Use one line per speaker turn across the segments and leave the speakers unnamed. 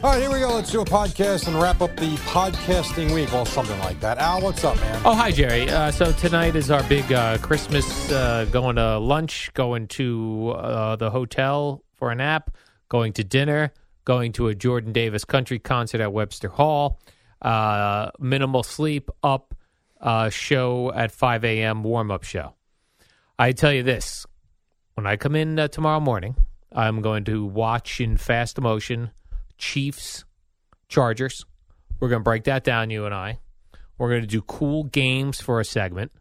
All right, here we go. Let's do a podcast and wrap up the podcasting week or something like that. Al, what's up, man?
Oh, hi, Jerry. Uh, so tonight is our big uh, Christmas uh, going to lunch, going to uh, the hotel for a nap, going to dinner, going to a Jordan Davis country concert at Webster Hall, uh, minimal sleep, up, uh, show at 5 a.m., warm up show. I tell you this when I come in uh, tomorrow morning, I'm going to watch in fast motion Chiefs, Chargers. We're going to break that down, you and I. We're going to do cool games for a segment,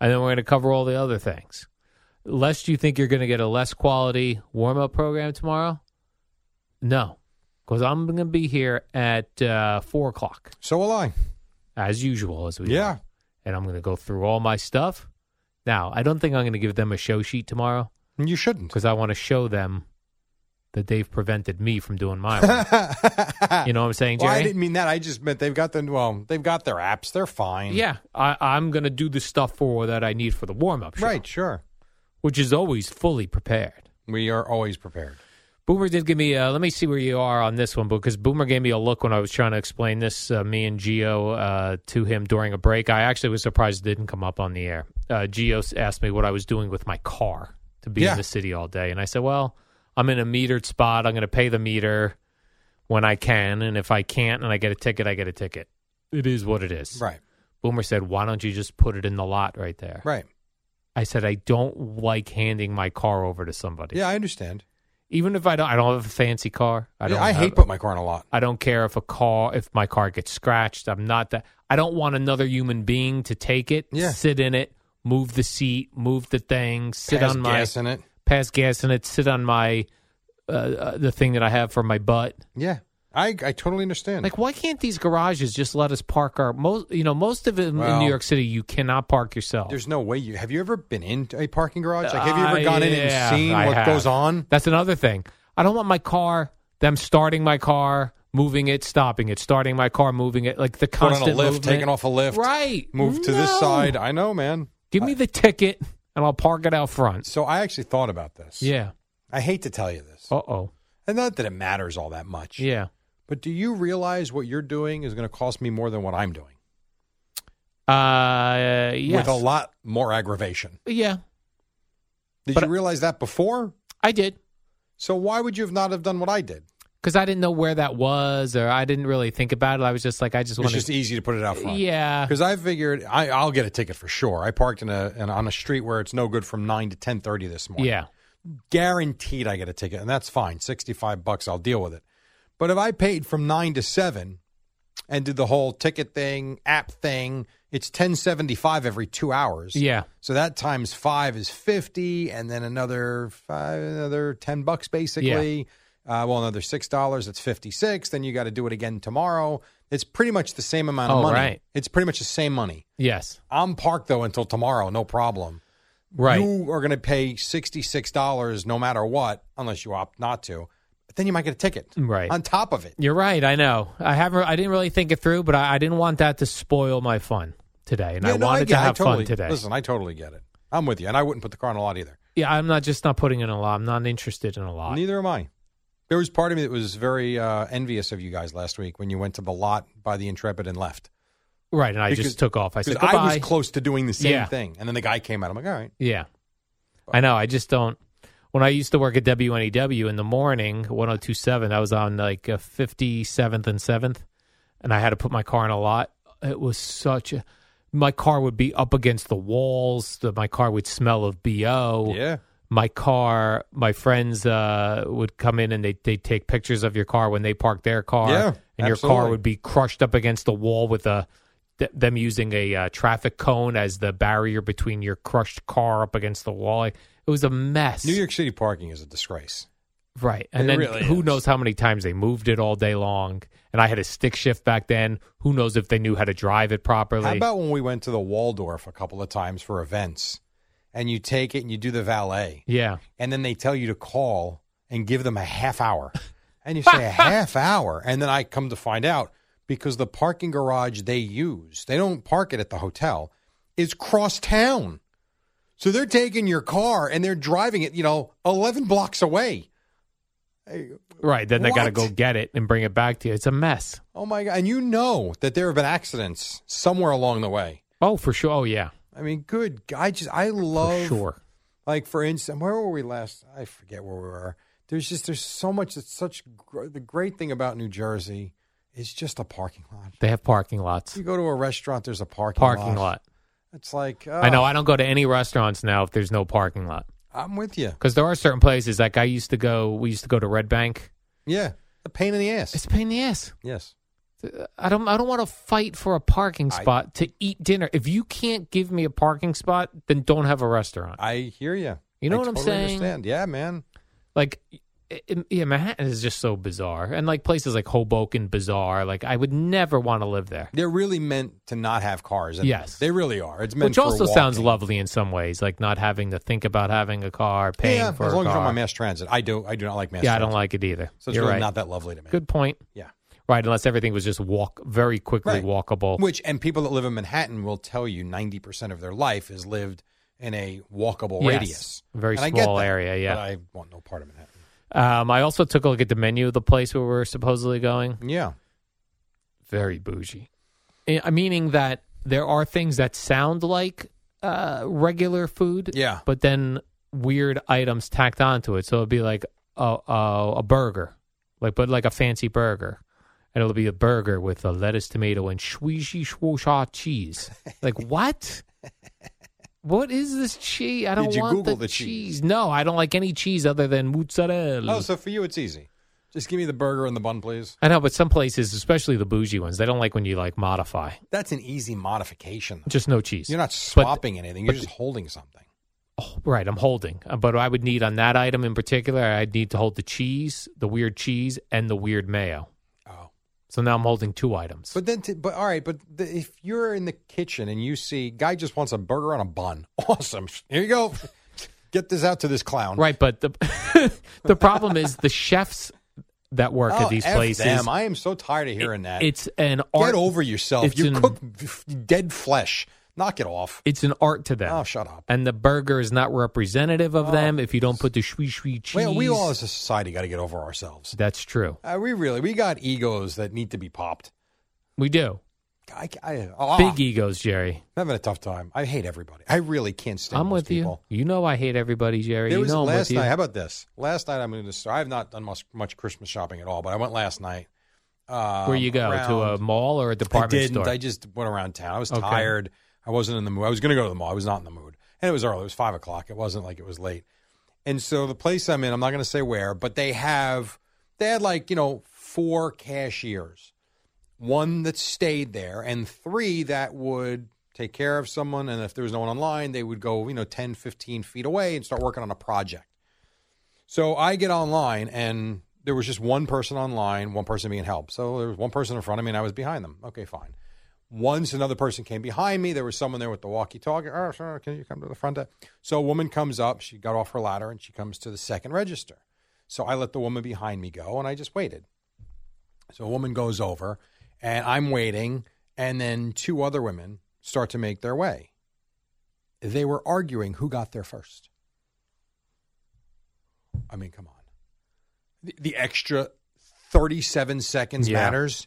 and then we're going to cover all the other things. Lest you think you're going to get a less quality warm up program tomorrow, no, because I'm going to be here at uh, four o'clock
So will I.
as usual, as we
Yeah.
do. and I'm going to go through all my stuff. Now, I don't think I'm going to give them a show sheet tomorrow
And You shouldn't.
because I want to show them that they've prevented me from doing my work. you know what I'm saying,
Well, I
Jerry?
didn't mean that. I just meant they've got the well, they've got their apps. They're fine.
yeah, I, I'm going to do the stuff for that I need for the warm up show,
Right. Sure.
which is always fully prepared.
We are always prepared.
Boomer did give me. Uh, let me see where you are on this one because Boomer gave me a look when I was trying to explain this. Uh, me and Geo uh, to him during a break. I actually was surprised it didn't come up on the air. Uh, Geo asked me what I was doing with my car to be
Yeah.
in the city all day, and I said, "Well, I'm in a metered spot. I'm going to pay the meter when I can, and if I can't, and I get a ticket, I get a ticket. It is what it is."
Right.
Boomer said, "Why don't you just put it in the lot right there?"
Right.
I said, "I don't like handing my car over to somebody."
Yeah, I understand.
Even if I don't, I don't have a fancy car. I
I,
don't.
yeah, I
have-
hate putting my car in a lot.
I don't care if a car, if my car gets scratched. I'm not that. I don't want another human being to take it,
Yeah.
sit in it, move the seat, move the thing, sit
Has
on my
gas in it.
pass gas in it, sit on my uh, uh, the thing that I have for my butt.
Yeah. I I totally understand.
Like, why can't these garages just let us park our most? You know, most of it in, in
Well-
New York City, you cannot park yourself.
there's no way you have you ever been in a parking garage? Like have you ever
Ah,
gone in
yeah,
and seen
I
what
have.
goes on?
That's another thing. I don't want my car, them starting my car, moving it, stopping it, starting my car, moving it, like the
Put
constant
on a lift,
movement.
taking off a lift.
Right.
Move to
No.
this side. I know, man.
Give me the ticket and I'll park it out front.
So I actually thought about this.
Yeah.
I hate to tell you this.
Uh oh.
And not that it matters all that much.
Yeah.
But do you realize what you're doing is going to cost me more than what I'm doing?
Uh, yes.
With a lot more aggravation.
Yeah,
Did
But-
you realize that before?
I did
So why would you have not have done what I did?
because I didn't know where that was or I didn't really think about it. I was just like, I just
It's
want
just
to.
easy to put it out front.
Yeah.
Because I figured I, I'll get a ticket for sure. I parked in a in, on a street where it's no good from nine to ten thirty this morning.
Yeah.
guaranteed I get a ticket, and that's fine. Sixty-five bucks, I'll deal with it. But if I paid from nine to seven and did the whole ticket thing, app thing, it's ten seventy-five every two hours.
Yeah.
So that times five is fifty, and then another five, another ten bucks basically. Uh, well, another six dollars. That's fifty-six. Then you got to do it again tomorrow. It's pretty much the same amount of
Oh,
money.
right.
It's pretty much the same money.
Yes.
I'm parked though until tomorrow, no problem
Right.
you are going to pay $66 no matter what, unless you opt not to. But then you might get a ticket
Right.
on top of it.
You're right. I know. I haven't. I didn't really think it through, but I, I didn't want that to spoil my fun today, and I
Yeah, no,
wanted
get-
to have
totally,
fun today.
Listen, I totally get it. I'm with you. And I wouldn't put the car in a lot either.
Yeah, I'm not just not putting in a lot. I'm not interested in a lot.
Neither am I. There was part of me that was very uh, envious of you guys last week when you went to the lot by the Intrepid and left.
Right, and I
Because-
just took off. I said
because
goodbye.
I was close to doing the same
Yeah.
thing. And then the guy came out. I'm like, all right.
Yeah. I know. I just don't. When I used to work at WNEW in the morning, 1027, I was on like uh, 57th and 7th, and I had to put my car in a lot. It was such a. My car would be up against the walls. The, my car would smell of BO.
Yeah.
my car, my friends uh, would come in and they they take pictures of your car when they park their car,
Yeah,
and your car
absolutely.
would be crushed up against the wall with a th- them using a uh, traffic cone as the barrier between your crushed car up against the wall. Like, it was a mess.
New York City parking is a disgrace.
Right. And
It
then
really
who
is.
knows how many times they moved it all day long. And I had a stick shift back then. Who knows if they knew how to drive it properly?
How about when we went to the Waldorf a couple of times for events and you take it and you do the valet
yeah.
and then they tell you to call and give them a half hour. And you say a half hour and then I come to find out because the parking garage they use, they don't park it at the hotel, is cross town. So they're taking your car and they're driving it, you know, 11 blocks away.
Right. Then they got to go
What?
get it and bring it back to you. It's a mess.
Oh my god, and you know that there have been accidents somewhere along the way.
Oh, for sure. Oh, yeah.
I mean, good. g- I just I
For
love
sure.
like for instance, where were we last? I forget where we were. There's just there's so much. It's such gr- the great thing about New Jersey is just a parking lot.
They have parking lots.
You go to a restaurant, there's a parking
Parking lot.
It's like
I know.
uh,
I don't go to any restaurants now if there's no parking lot.
oh, I'm with you.
Because there are certain places, like I used to go, we used to go to Red Bank.
Yeah, a pain in the ass.
It's a pain in the ass.
yes,
I don't. I don't want to fight for a parking
I-
spot to eat dinner. If you can't give me a parking spot, then don't have a restaurant.
I hear you.
You know
I
what I'm
totally
saying?
Understand? Yeah, man.
like i- i- yeah manhattan is just so bizarre and like places like hoboken bizarre like i would never want to live there
They're really meant to not have cars. and
Yes.
they really are. It's meant
which
for
also sounds
walking.
lovely in some ways like not having to think about having a car paying
yeah,
for
as
a
long as
car.
you're on mass transit. I do. I do not like mass.
yeah i
transit.
don't like it either
So it's
you're
really
right
not that lovely to me.
good point
Yeah.
right unless everything was just walk very quickly
Right.
walkable
Which and people that live in Manhattan will tell you ninety percent of their life is lived in a walkable
Yes.
radius.
A very
And I get
small
that,
area, yeah.
But I want no part of Manhattan.
um, i also took a look at the menu of the place where we were supposedly going
Yeah.
very bougie. I- Eh, uh, Meaning that there are things that sound like uh, regular food,
Yeah.
but then weird items tacked onto it. So it'd be like a, a, a burger, like but like a fancy burger, and it'll be a burger with a lettuce, tomato, and swishy swosha cheese. Like what? What is this cheese? I don't
Did you
want
Google
the,
the
cheese.
cheese?
No, I don't like any cheese other than mozzarella.
Oh, so for you it's easy. Just give me the burger and the bun, please.
I know, but some places, especially the bougie ones, they don't like when you like modify.
That's an easy modification. though.
Just no cheese.
You're not
But-
swapping anything. You're just holding something.
Right, I'm holding, Uh, but I would need on that item in particular. I'd need to hold the cheese, the weird cheese, and the weird mayo.
Oh.
So now I'm holding two items.
But then, to, but all right. But the, if you're in the kitchen and you see guy just wants a burger on a bun, awesome. Here you go. Get this out to this clown.
right, but the the problem is the chefs that work
Oh,
at these
F
places.
them. I am so tired of hearing that.
It's an art.
Get over yourself.
it's
You
an-
cook f- dead flesh. Knock it off.
It's an art to them.
Oh, shut up. Oh.
And the burger is not representative of them if you don't put the shui shui cheese.
Well, we all as a society got to get over ourselves.
That's true.
Uh, we really, we got egos that need to be popped.
We do.
I, I, ah,
Big egos, Jerry.
I'm having a tough time. I hate everybody. I really can't stand
I'm
most
with
people.
you. You know I hate everybody, Jerry.
There
you
was
know I'm
last
with you.
night. How about this? Last night I'm in the store. I have not done much, much Christmas shopping at all, but I went last night. Um,
Where you go to a
around-
mall or a department
I didn't.
store?
I just went around town. I was
Okay.
tired. I wasn't in the mood. I was going to go to the mall. I was not in the mood. And it was early. It was five o'clock. It wasn't like it was late. And so the place I'm in, I'm not going to say where, but they have they had like you know four cashiers, one that stayed there, and three that would take care of someone. And if there was no one online, they would go you know 10, 15 feet away and start working on a project. So I get online and there was just one person online, one person being helped. So there was one person in front of me and I was behind them. Okay, fine. Once another person came behind me, there was someone there with the walkie-talkie. Oh, sir, can you come to the front? desk?" So a woman comes up. She got off her ladder and she comes to the second register. So I let the woman behind me go and I just waited. So a woman goes over and I'm waiting, and then two other women start to make their way. They were arguing who got there first. I mean, come on. The, the extra 37 seconds
Yeah.
matters.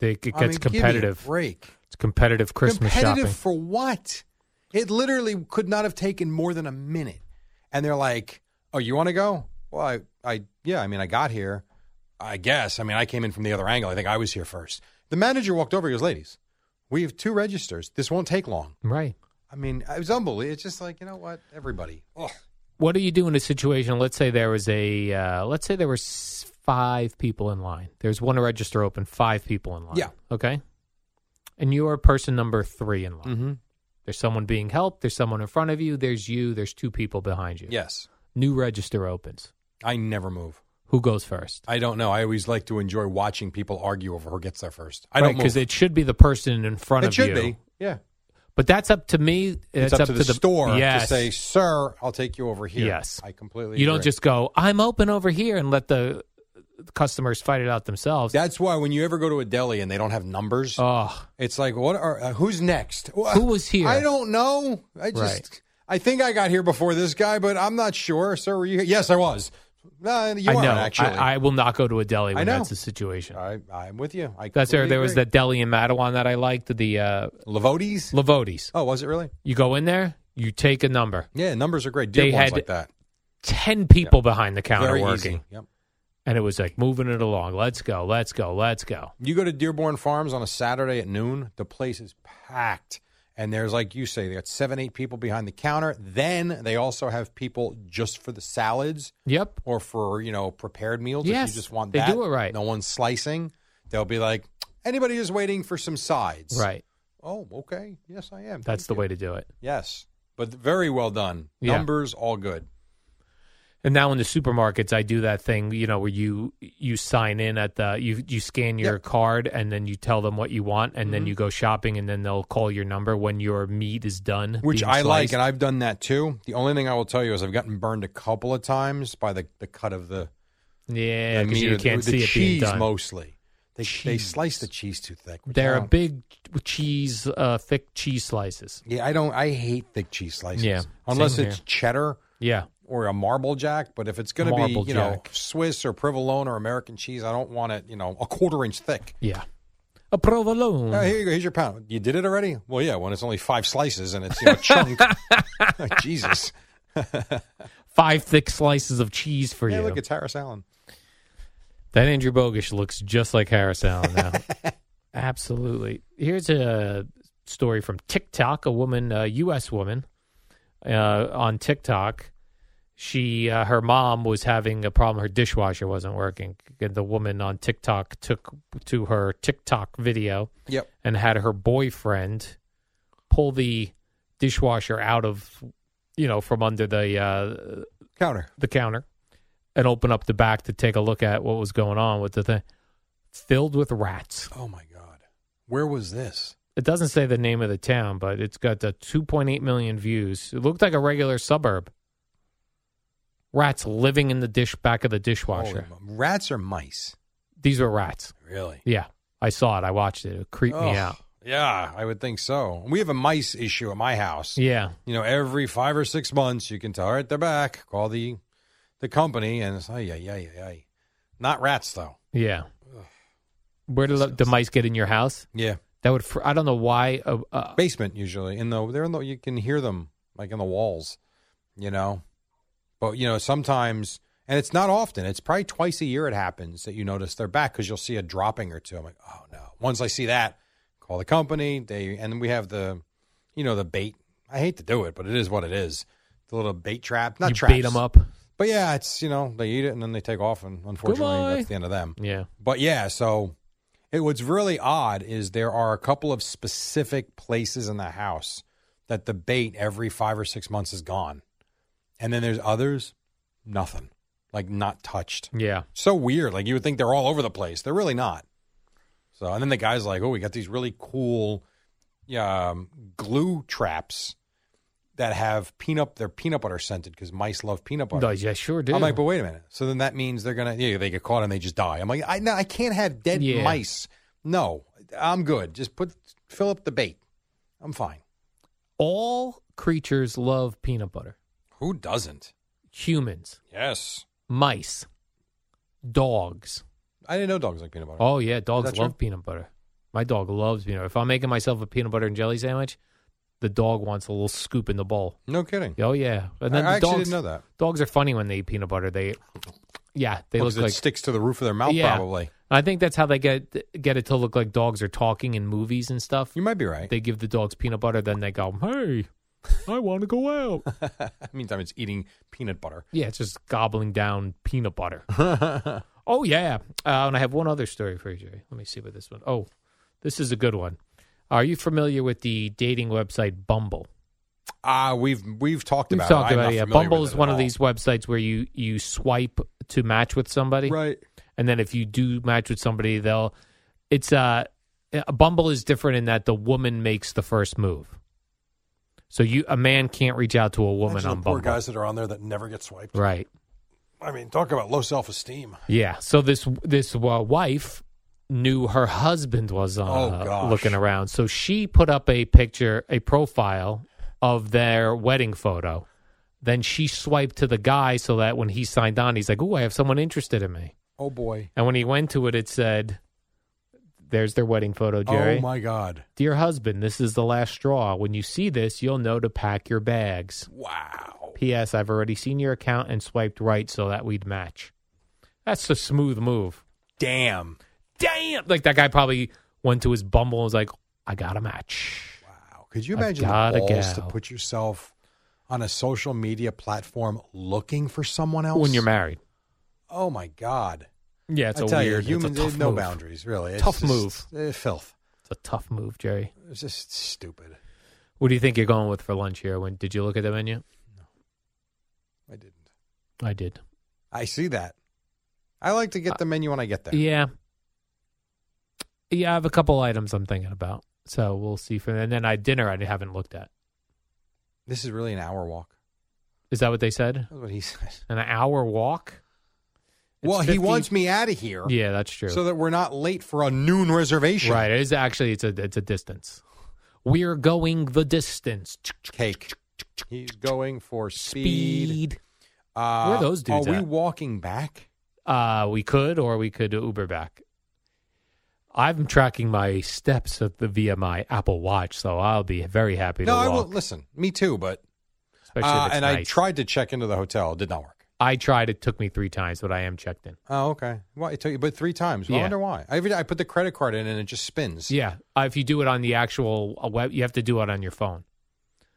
They, it gets
I mean, give me a
competitive.
break.
It's competitive Christmas
competitive
shopping.
for what? It literally could not have taken more than a minute. And they're like, "Oh, you want to go?" Well, I, I, yeah. I mean, I got here. I guess. I mean, I came in from the other angle. I think I was here first. The manager walked over. He goes, "Ladies, we have two registers. This won't take long."
Right.
I mean, it was unbelievable. It's just like you know what? Everybody. Oh,
what do you do in a situation? Let's say there was a, uh, let's say there were s- five people in line. There's one register open, five people in line.
Yeah.
Okay. And you're person number three in line.
Mhm.
There's someone being helped. There's someone in front of you. There's you. There's two people behind you.
Yes.
New register opens.
I never move.
Who goes first?
I don't know. I always like to enjoy watching people argue over who gets there first. I don't
because
move.
it should be the person in front
it
of
should
you.
be. Yeah.
But that's up to me.
It's, up, to, the, store
Yes.
to say, "Sir, I'll take you over here."
Yes.
I completely.
you don't
agree.
just go. I'm open over here and let the customers fight it out themselves.
That's why when you ever go to a deli and they don't have numbers,
oh,
it's like, "What are uh, who's next? Wha-
Who was here?
I don't know. I just,
Right.
I think I got here before this guy, but I'm not sure. Sir, were you? here? Yes, I was. No, you
I know.
are
I-
actually.
I, will not go to a deli when
know.
that's the situation.
I, I'm with you. I
That's where
completely
there was
agree.
that deli in Mattawan that I liked. The uh,
Lavotis.
Lavotis.
Oh, was it really?
You go in there, you take a number.
Yeah, numbers are great.
They
Dearborn's
had
like that.
Ten people behind the counter
Very
working,
easy. Yep.
and it was like moving it along. Let's go. Let's go. Let's go.
You go to Dearborn Farms on a Saturday at noon, the place is packed. And there's, like you say, they got seven, eight people behind the counter. Then they also have people just for the salads
Yep.
or for, you know, prepared meals. if
Yes,
you just want
they
that.
do it right.
No one's slicing. They'll be like, anybody who's waiting for some sides.
Right.
Oh, okay. Yes, I am.
That's
Thank
the
you.
way to do it. Yes.
But very well done.
Yeah.
Numbers all good.
And now in the supermarkets, I do that thing, you know, where you you sign in at the you you scan your
Yep. Mm-hmm.
card and then you tell them what you want, and then you go shopping, and then they'll call your number when your meat is done,
Which
being
I like,
sliced.
and I've done that too. The only thing I will tell you is I've gotten burned a couple of times by the, the cut of the
yeah,
the
because
meat
you
of the-
can't
the
see it
cheese
being done.
mostly. They, they
Cheese.
slice the cheese too thick. which I
They're a
don't-
big cheese, uh, thick cheese slices.
Yeah, I don't. I hate thick cheese slices.
Yeah,
unless
same
it's
here.
cheddar
Yeah,
or a marble jack. But if it's going to be,
Marble
you know,
Jack.
Swiss or provolone or American cheese, I don't want it. You know, a quarter inch thick.
yeah. A provolone.
Oh, here you go. Here's your pound. You did it already? Well, yeah. When it's only five slices and it's you know, a chunk. Jesus.
Five thick slices of cheese for
Yeah,
you.
look, it's Harris Allen.
That Andrew Bogish looks just like Harris Allen now. Absolutely. Here's a story from TikTok. A woman, a U.S. woman, uh, on TikTok. She, uh, her mom was having a problem. Her dishwasher wasn't working. And the woman on TikTok took to her TikTok video
Yep.
and had her boyfriend pull the dishwasher out of, you know, from under the uh,
Counter.
the counter and open up the back to take a look at what was going on with the thing. Filled with rats.
Oh my God. Where was this?
It doesn't say the name of the town, but it's got the 2.8 million views. It looked like a regular suburb. Rats living in the dish back of the
Holy
dishwasher.
mo- rats or mice?
These were rats.
Really?
Yeah, I saw it. I watched it. It creeped
Ugh.
me out.
Yeah, I would think so. We have a mice issue at my house.
Yeah,
You know, every five or six months, you can tell, all right, they're back. Call the the company, and it's ay, ay, ay, ay, ay. Not rats, though.
yeah. Where did the, the mice get in your house?
Yeah.
That would. Fr- I don't know why. Uh, uh,
Basement, usually. In the, they're in the, you can hear them, like in the walls, you know? But, you know, sometimes, and it's not often, it's probably twice a year it happens that you notice they're back because you'll see a dropping or two. I'm like, oh, no. Once I see that, call the company. They, and we have the, you know, the bait. I hate to do it, but it is what it is. The little bait trap, not
you
traps.
beat them up.
But yeah, it's you know they eat it and then they take off, and unfortunately
Goodbye.
that's the end of them.
Yeah.
But yeah, so it, what's really odd is there are a couple of specific places in the house that the bait every five or six months is gone, and then there's others, nothing, like not touched.
Yeah.
So weird. Like you would think they're all over the place. They're really not. So and then the guy's like, oh, we got these really cool um, glue traps that have peanut. They're peanut butter scented because mice love peanut butter.
No, yeah, sure do.
I'm like, but wait a minute. So then that means they're gonna yeah, they get caught and they just die. I'm like, I no, I can't have dead
Yeah.
mice. No, I'm good. Just put fill up the bait. I'm fine.
all creatures love peanut butter
Who doesn't?
humans,
Yes,
mice, dogs.
I didn't know dogs like peanut butter.
Oh, yeah, dogs
that true?
love peanut butter. My dog loves peanut butter. If I'm making myself a peanut butter and jelly sandwich, the dog wants a little scoop in the bowl.
No kidding.
Oh, yeah. And
I, I
the
actually
dogs,
didn't know that.
Dogs are funny when they eat peanut butter. They, yeah, they
Because
look
it
like.
sticks to the roof of their mouth.
Yeah.
Probably.
I think that's how they get get it to look like dogs are talking in movies and stuff.
You might be right.
They give the dogs peanut butter, then they go, hey, I want to go out.
Meantime, it's eating peanut butter.
yeah, it's just gobbling down peanut butter. oh yeah, uh, and I have one other story for you, Jerry. Let me see what this one. Oh, this is a good one. Are you familiar with the dating website Bumble?
Ah, we've we've talked
We've
about
talked
it. I'm
about
not
it. Yeah,
familiar with
Bumble
it
is
at
one of
all.
these websites where you you swipe to match with somebody,
right?
and then if you do match with somebody, they'll. It's uh, a Bumble is different in that the woman makes the first move. So you a man can't reach out to a woman
Imagine
on
the poor
Bumble,
guys that are on there that never get swiped.
right?
I mean, talk about low self esteem.
Yeah. So this this uh, wife knew her husband was uh,
Oh, gosh.
looking around, so she put up a picture, a profile of their wedding photo. Then she swiped to the guy so that when he signed on, he's like, "Oh, I have someone interested in me."
Oh boy.
And when he went to it, it said, "There's their wedding photo, Jerry."
Oh my God.
Dear husband, this is the last straw. When you see this, you'll know to pack your bags.
Wow.
P.S. I've already seen your account and swiped right so that we'd match. That's a smooth move.
Damn.
Damn! Like that guy probably went to his Bumble and was like, "I got a match."
Wow. Could you
I've
imagine
got a
the balls to
gal.
put yourself on a social media platform looking for someone else
When you're married,
Oh my God.
yeah, it's
I
a
tell
weird,
you,
it's
humans
a tough
have no
move.
boundaries, really. It's
Tough
just, move. filth.
It's a tough move, Jerry.
It's just stupid.
What do you think you're going with for lunch here? When did you look at the menu?
I didn't.
I did.
I see that. I like to get the menu when I get there.
Yeah. Yeah, I have a couple items I'm thinking about. So we'll see for and then I dinner I haven't looked at.
This is really an hour walk.
Is that what they said?
That's what he says.
An hour walk? It's
well, he
50
wants me out of here
Yeah, that's true.
so that we're not late for a noon reservation.
right. It is actually it's a it's a distance. We're going the distance.
Cake. He's going for speed.
Speed.
Uh,
Where are those dudes
Are we
at?
walking back?
Uh we could or we could Uber back. I'm tracking my steps at the via my Apple Watch, so I'll be very happy to
No,
walk.
I will. Listen, me too, but.
especially if
uh,
it's
and I
nice.
tried to check into the hotel. It did not work.
I tried. It took me three times, but I am checked in.
Oh, okay. Well, it took you, but three times. Well, I
Yeah.
wonder why. Every day I put the credit card in and it just spins.
Yeah, uh, if you do it on the actual uh, web, you have to do it on your phone.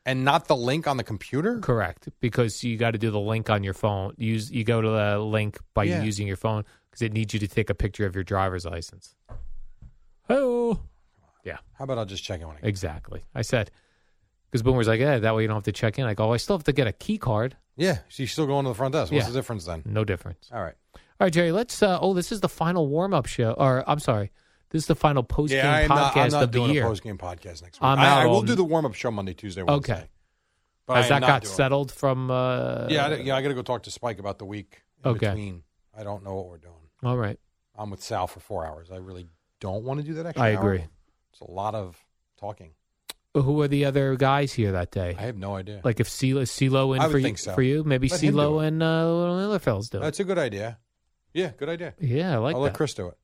And not the link on the computer?
Correct, because you got to do the link on your phone. Use you go to the link by
Yeah.
using your phone because it needs you to take a picture of your driver's license. Oh,
How about I'll just check it when I get
exactly. I said because Boomer's like, yeah, that way you don't have to check in. I go, "Oh, I still have to get a key card.
Yeah, she's still going to the front desk. What's
Yeah.
the difference then?
No difference.
All right.
All right, Jerry. Let's. Uh, oh, this is the final warm up show, or I'm sorry, this is the final post game
yeah, I'm
podcast
not, I'm not
of the
doing
year.
a post game podcast next week.
I'm
I,
out
I will
all-
do the warm up show Monday, Tuesday, Wednesday.
okay,
But
has
I am
that
not
got
doing-
settled from? Uh,
Yeah, I, d- yeah, I got to go talk to Spike about the week in
Okay.
between. I don't know what we're doing.
All right,
I'm with Sal for four hours. I really don't want to do that extra
I
hour.
agree.
It's a lot of talking.
who are the other guys here that day?
I have no idea.
Like if CeeLo, CeeLo in
I would
for you,
think so.
for you, maybe
Let him do
CeeLo
it.
and uh, Lillerfels do it.
That's a good idea. Yeah, good idea.
Yeah, I like
I'll let
that.
Chris do it.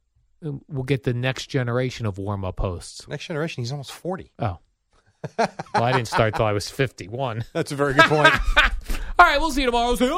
we'll get the next generation of warm up hosts.
Next generation, he's almost 40.
Oh, well, I didn't start till I was fifty-one.
That's a very good point.
All right, we'll see you tomorrow. See ya!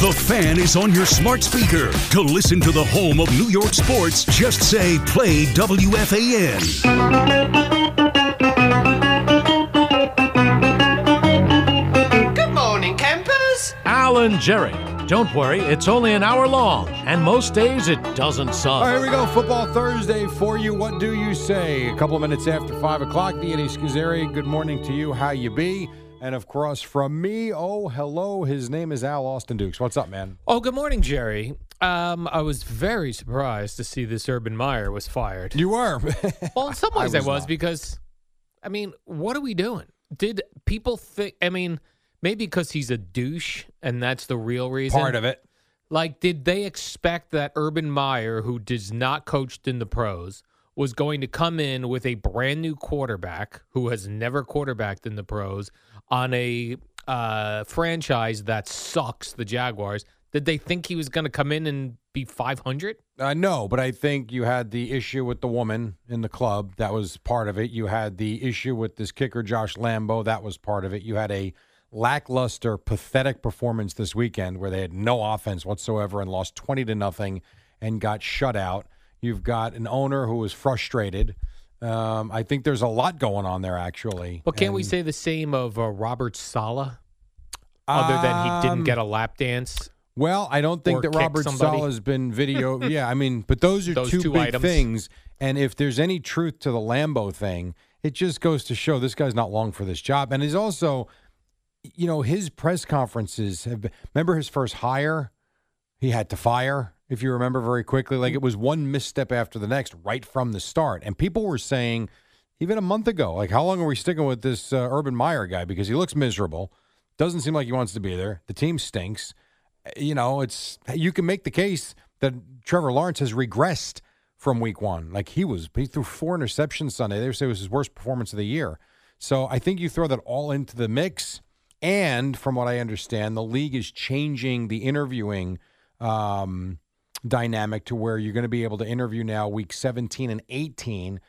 The fan is on your smart speaker. To listen to the home of New York sports, just say play WFAN.
Alan Jerry. Don't worry, it's only an hour long, and most days it doesn't suck.
All right, here we go. Football Thursday for you. What do you say? A couple of minutes after 5 o'clock, the Eddie Schizzeri. Good morning to you. How you be? And, of course, from me, oh, hello. His name is Al Austin Dukes. What's up, man?
Oh, good morning, Jerry. Um, I was very surprised to see this Urban Meyer was fired.
You were.
Well, in some ways, I was,
was not.
because, I mean, what are we doing? Did people think? I mean, maybe because he's a douche, and that's the real reason.
Part of it.
Like, did they expect that Urban Meyer, who does not coached in the pros, was going to come in with a brand new quarterback who has never quarterbacked in the pros on a uh, franchise that sucks, the Jaguars. Did they think he was going to come in and be 500?
Uh, no, but I think you had the issue with the woman in the club. That was part of it. You had the issue with this kicker, Josh Lambo. That was part of it. You had a lackluster, pathetic performance this weekend where they had no offense whatsoever and lost 20 to nothing and got shut out. You've got an owner who is frustrated. Um, I think there's a lot going on there, actually.
But can't we
And-
say the same of uh, Robert Sala? Other than he didn't
Um,
get a lap dance.
Well, I don't think
Or
that
kick
Robert
somebody.
Sala has been video. yeah, I mean, but those are
Those
two,
two
big
items.
things. And if there's any truth to the Lambo thing, it just goes to show this guy's not long for this job. And he's also, you know, his press conferences have been. Remember his first hire? He had to fire, if you remember very quickly. Like it was one misstep after the next right from the start. And people were saying, even a month ago, like, how long are we sticking with this uh, Urban Meyer guy? Because he looks miserable. Doesn't seem like he wants to be there. The team stinks you know, it's you can make the case that Trevor Lawrence has regressed from week one. Like he was, he threw four interceptions Sunday. They say it was his worst performance of the year. So I think you throw that all into the mix. And from what I understand, the league is changing the interviewing um, dynamic to where you're going to be able to interview now week 17 and 18,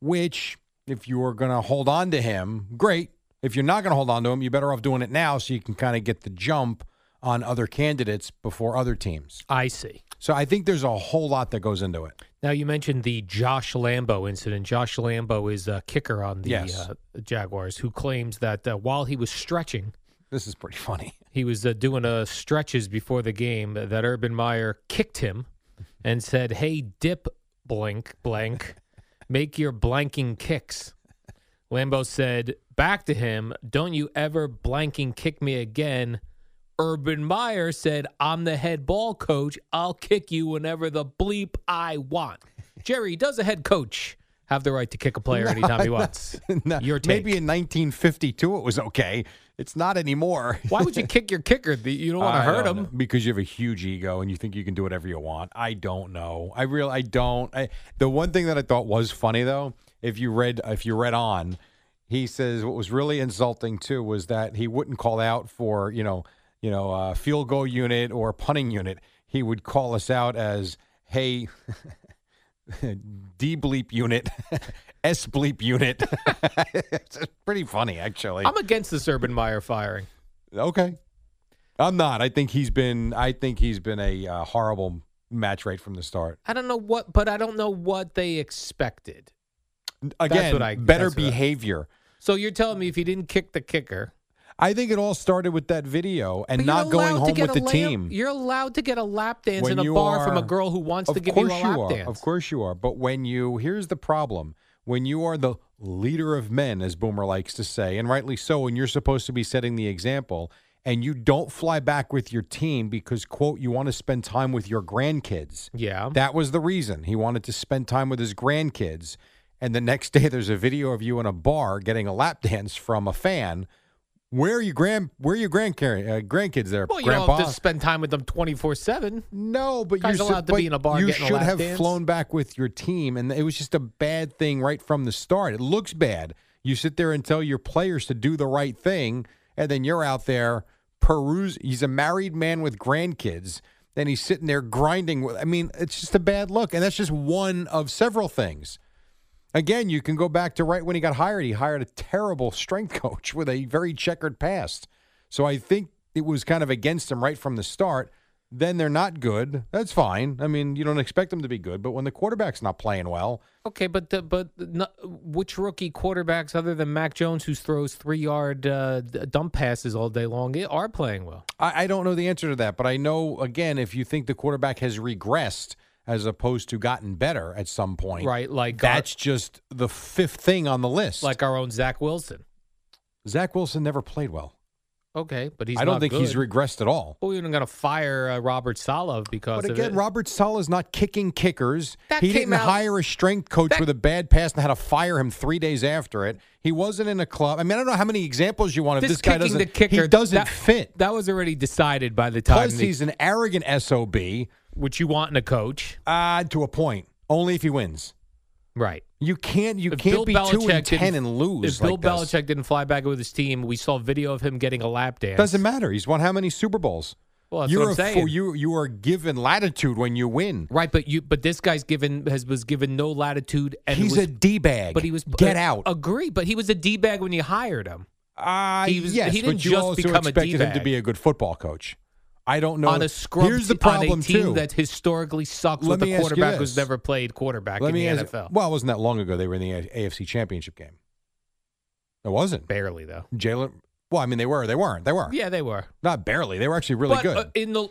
which if you're going to hold on to him, great. If you're not going to hold on to him, you're better off doing it now so you can kind of get the jump on other candidates before other teams.
I see.
So I think there's a whole lot that goes into it.
Now you mentioned the Josh Lambo incident. Josh Lambo is a kicker on the
Yes.
uh, Jaguars who claims that uh, while he was stretching,
This is pretty funny.
he was uh, doing uh, stretches before the game uh, that Urban Meyer kicked him and said, "Hey, dip blank blank, make your blanking kicks." Lambo said back to him, "Don't you ever blanking kick me again." Urban Meyer said, "I'm the head ball coach. I'll kick you whenever the bleep I want." Jerry, does a head coach have the right to kick a player anytime he wants?
No,
Your take.
maybe in 1952 it was okay. It's not anymore.
Why would you kick your kicker? The- You don't want to
I
hurt
don't
him.
know, because you have a huge ego and you think you can do whatever you want. I don't know. I real I don't. I, the one thing that I thought was funny though, if you read if you read on, he says what was really insulting too was that he wouldn't call out for you know you know uh, field goal unit or punting unit. He would call us out as hey. D bleep unit, S bleep unit. it's pretty funny, actually.
I'm against this Urban Meyer firing.
Okay. I'm not. I think he's been. I think he's been a uh, horrible match right from the start.
I don't know what, but I don't know what they expected.
Again,
what I-
better
that's what I-
behavior.
So you're telling me if he didn't kick the kicker
I think it all started with that video and
But you're
not going
allowed to
home
get
with
a
the
lap-
team.
you're allowed to get a lap dance
When
in a
you
bar from a
are-
girl who wants
of
to give you a
course
lap
are.
dance.
Of course you are. But when you here's the problem: when you are the leader of men, as Boomer likes to say, and rightly so, and you're supposed to be setting the example, and you don't fly back with your team because quote you want to spend time with your grandkids.
Yeah.
That was the reason. He wanted to spend time with his grandkids. And the next day there's a video of you in a bar getting a lap dance from a fan. Where are your grand where are your grandcar- uh, grandkids there?
well, you
Grandpa?
don't have to spend time with them 24 7.
no, but
Guy's
you're
allowed to
but
be in a bar
You
getting a
should
lap
have
dance.
flown back with your team, and it was just a bad thing right from the start. It looks bad. You sit there and tell your players to do the right thing, and then you're out there peruse. He's a married man with grandkids. Then he's sitting there grinding. With, I mean, it's just a bad look, and that's just one of several things. Again, you can go back to right when he got hired. He hired a terrible strength coach with a very checkered past. So I think it was kind of against him right from the start. Then they're not good. That's fine. I mean, you don't expect them to be good, but when the quarterback's not playing well,
Okay, but the, but no, which rookie quarterbacks other than Mac Jones, who throws three yard uh, d- dump passes all day long, i- are playing well?
I, I don't know the answer to that. But I know, again, if you think the quarterback has regressed as opposed to gotten better at some point,
Right, like our,
That's just the fifth thing on the list.
like our own Zach Wilson.
Zach Wilson never played well.
Okay, but he's
I don't
not
think he's
good.
regressed at all.
Well, we're not going to fire uh, Robert Sala because
But
of
again,
it.
Robert Sala's not kicking kickers.
That
he
came
didn't
out-
hire a strength coach
that-
with a bad pass and had to fire him three days after it. He wasn't in a club. I mean, I don't know how many examples you want of this, guy
kicking
doesn't.
the kicker
he doesn't
that-
fit.
That was already decided by the time
Plus,
the-
he's an arrogant sob.
which you want in a coach.
Uh, to a point, only if he wins.
Right.
You can't. You
If
can't
Bill
be two
Belichick
and ten
didn't-
and lose.
If Bill
like this.
Belichick didn't fly back with his team, we saw video of him getting a lap dance.
doesn't matter. He's won how many Super Bowls?
Well, that's
you're
what I'm
a
saying.
fool. you you are given latitude when you win.
right, but you but this guy's given has was given no latitude and
He's
was,
a d bag.
but he was uh,
get out.
Agree, but he was a d bag when you hired him.
Uh,
he was-
yes,
he
but
didn't
you
just
also
become a
expected him to
D-bag.
be a good football coach. I don't know.
on a scrub
Here's the
te- on a
problem
team
too.
that historically sucks
Let
with
me
a
ask you
quarterback
this.
who's never played quarterback
Let
in
me
the
ask,
NFL.
Well, it wasn't that long ago they were in the A- AFC Championship game. It wasn't.
Barely though.
Jalen. Well, I mean, they were. They weren't. They were.
Yeah, they were.
Not barely. They were actually really
but,
good.
uh, in the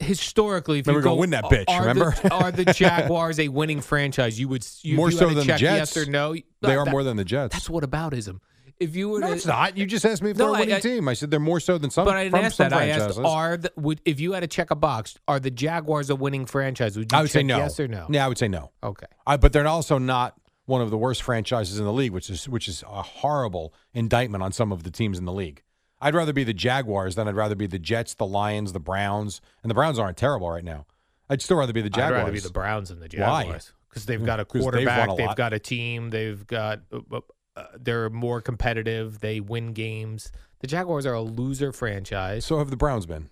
historically, if
Remember,
you
we're
go uh,
gonna win that bitch,
Are
remember?
the, are the Jaguars a winning franchise? You would you,
More
if you
so
had to
than the
check
Jets.
Yes or no?
they are
that-
more than the Jets.
That's what aboutism. If you were
no,
to,
it's not. You just asked me if
No,
they're a
I-
winning
I-
team. I said they're more so than some.
but I didn't
from
ask
some
that. I asked,
franchises.
are the, would if you had to check a box, are the Jaguars a winning franchise? Would you
I would
check
say no.
yes or no?
Yeah, I would say no.
Okay.
I, but they're also not one of the worst franchises in the league, which is which is a horrible indictment on some of the teams in the league. I'd rather be the Jaguars than I'd rather be the Jets, the Lions, the Browns, and the Browns aren't terrible right now. I'd still rather be the Jaguars.
I'd rather be the Browns than the
Why?
Jaguars because they've got a
'Cause they've won
quarterback,
a
they've,
lot.
got a team, they've got uh, uh, uh, they're more competitive, they win games. The Jaguars are a loser franchise.
so have the Browns been.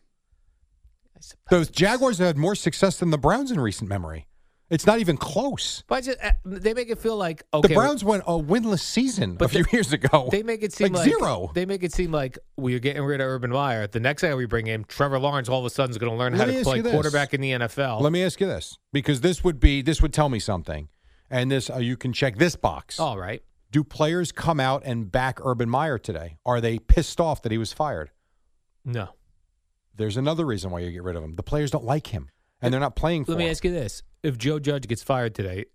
I suppose.
Those Jaguars have had more success than the Browns in recent memory. It's not even close.
but I just, uh, they make it feel like okay,
the Browns went a winless season a
But
few
they-
years ago.
They make it seem
Like
like,
zero.
They make it seem like we're getting rid of Urban Meyer. The next guy we bring in, Trevor Lawrence, all of a sudden is going to learn
Let
how
me
to
ask
play
you this.
quarterback in the NFL.
Let me ask you this, because this would be this would tell me something, and this uh, you can check this box.
all right.
Do players come out and back Urban Meyer today? Are they pissed off that he was fired?
No.
There's another reason why you get rid of him. The players don't like him, and they're not playing for
Let me
him.
ask you this: If Joe Judge gets fired today,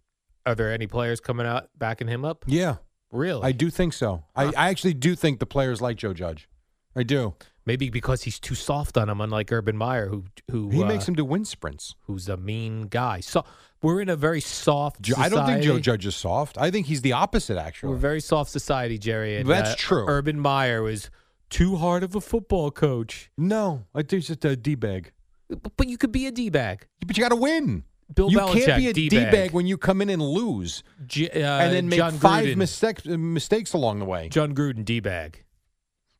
are there any players coming out backing him up?
Yeah,
Really?
I do think so. I, I actually do think the players like Joe Judge. I do.
Maybe because he's too soft on him, unlike Urban Meyer, who who
He
uh,
makes him do wind sprints.
who's a mean guy. So we're in a very soft.
Jo- I don't think Joe
society.
Judge is soft. I think he's the opposite, actually.
We're a very soft society, Jerry. And,
That's
uh,
true.
Urban Meyer was too hard of a football coach,
no, I think it's just a d bag.
but but you could be a d bag.
But you got to win.
Bill
you
Belichick,
can't be a
D-bag.
D-bag when you come in and lose
J- uh,
and then make
John
five
Gruden.
mistakes mistakes along the way.
John Gruden, d bag.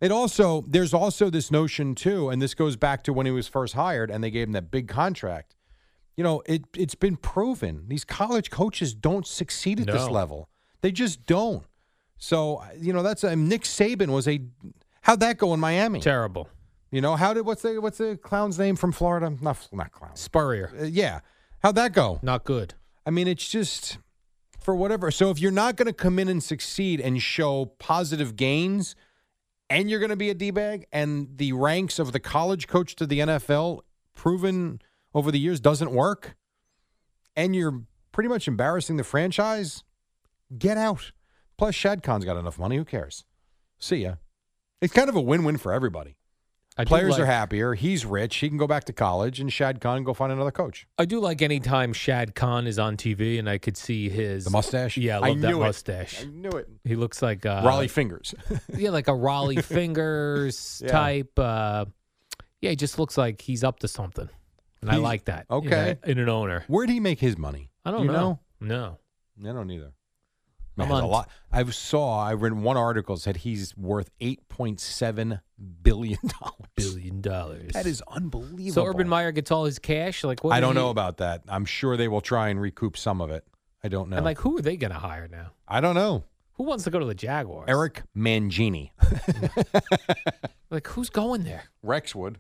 It also there's also this notion too, and this goes back to when he was first hired, and they gave him that big contract. You know, it it's been proven these college coaches don't succeed at this
No.
level. They just don't. So you know that's um, Nick Saban was a how'd that go in Miami?
Terrible.
You know how did what's the what's the clown's name from Florida? Not not clown.
Spurrier,
Uh, yeah, how'd that go?
not good.
I mean, it's just for whatever. So if you're not going to come in and succeed and show positive gains, and you're going to be a d bag, and the ranks of the college coach to the NFL proven over the years doesn't work, and you're pretty much embarrassing the franchise, get out. Plus, Shad Khan's got enough money. Who cares? See ya. It's kind of a win-win for everybody.
I do
Players are
like-
happier. He's rich. He can go back to college, and Shad Khan can go find another coach.
I do like any time Shad Khan is on TV and I could see his
The mustache.
Yeah, I love that mustache.
It. I knew it.
He looks like uh,
Raleigh fingers.
yeah, like a Raleigh fingers
Yeah.
type. Uh, yeah, he just looks like he's up to something, and I
He's-
like that. in
okay.
a- in, an owner.
Where'd he make his money?
I don't
You
know. No,
I don't either.
I'm
Man, there's a
on-
lot. I saw. I read one article said he's worth eight point seven billion dollars.
billion dollars.
That is unbelievable.
so. Urban Meyer gets all his cash. Like what?
I
did
don't
he-
know about that. I'm sure they will try and recoup some of it. I don't know.
And like, who are they going to hire now?
I don't know.
Who wants to go to the Jaguars?
Eric Mangini,
Like, who's going there?
Rexwood.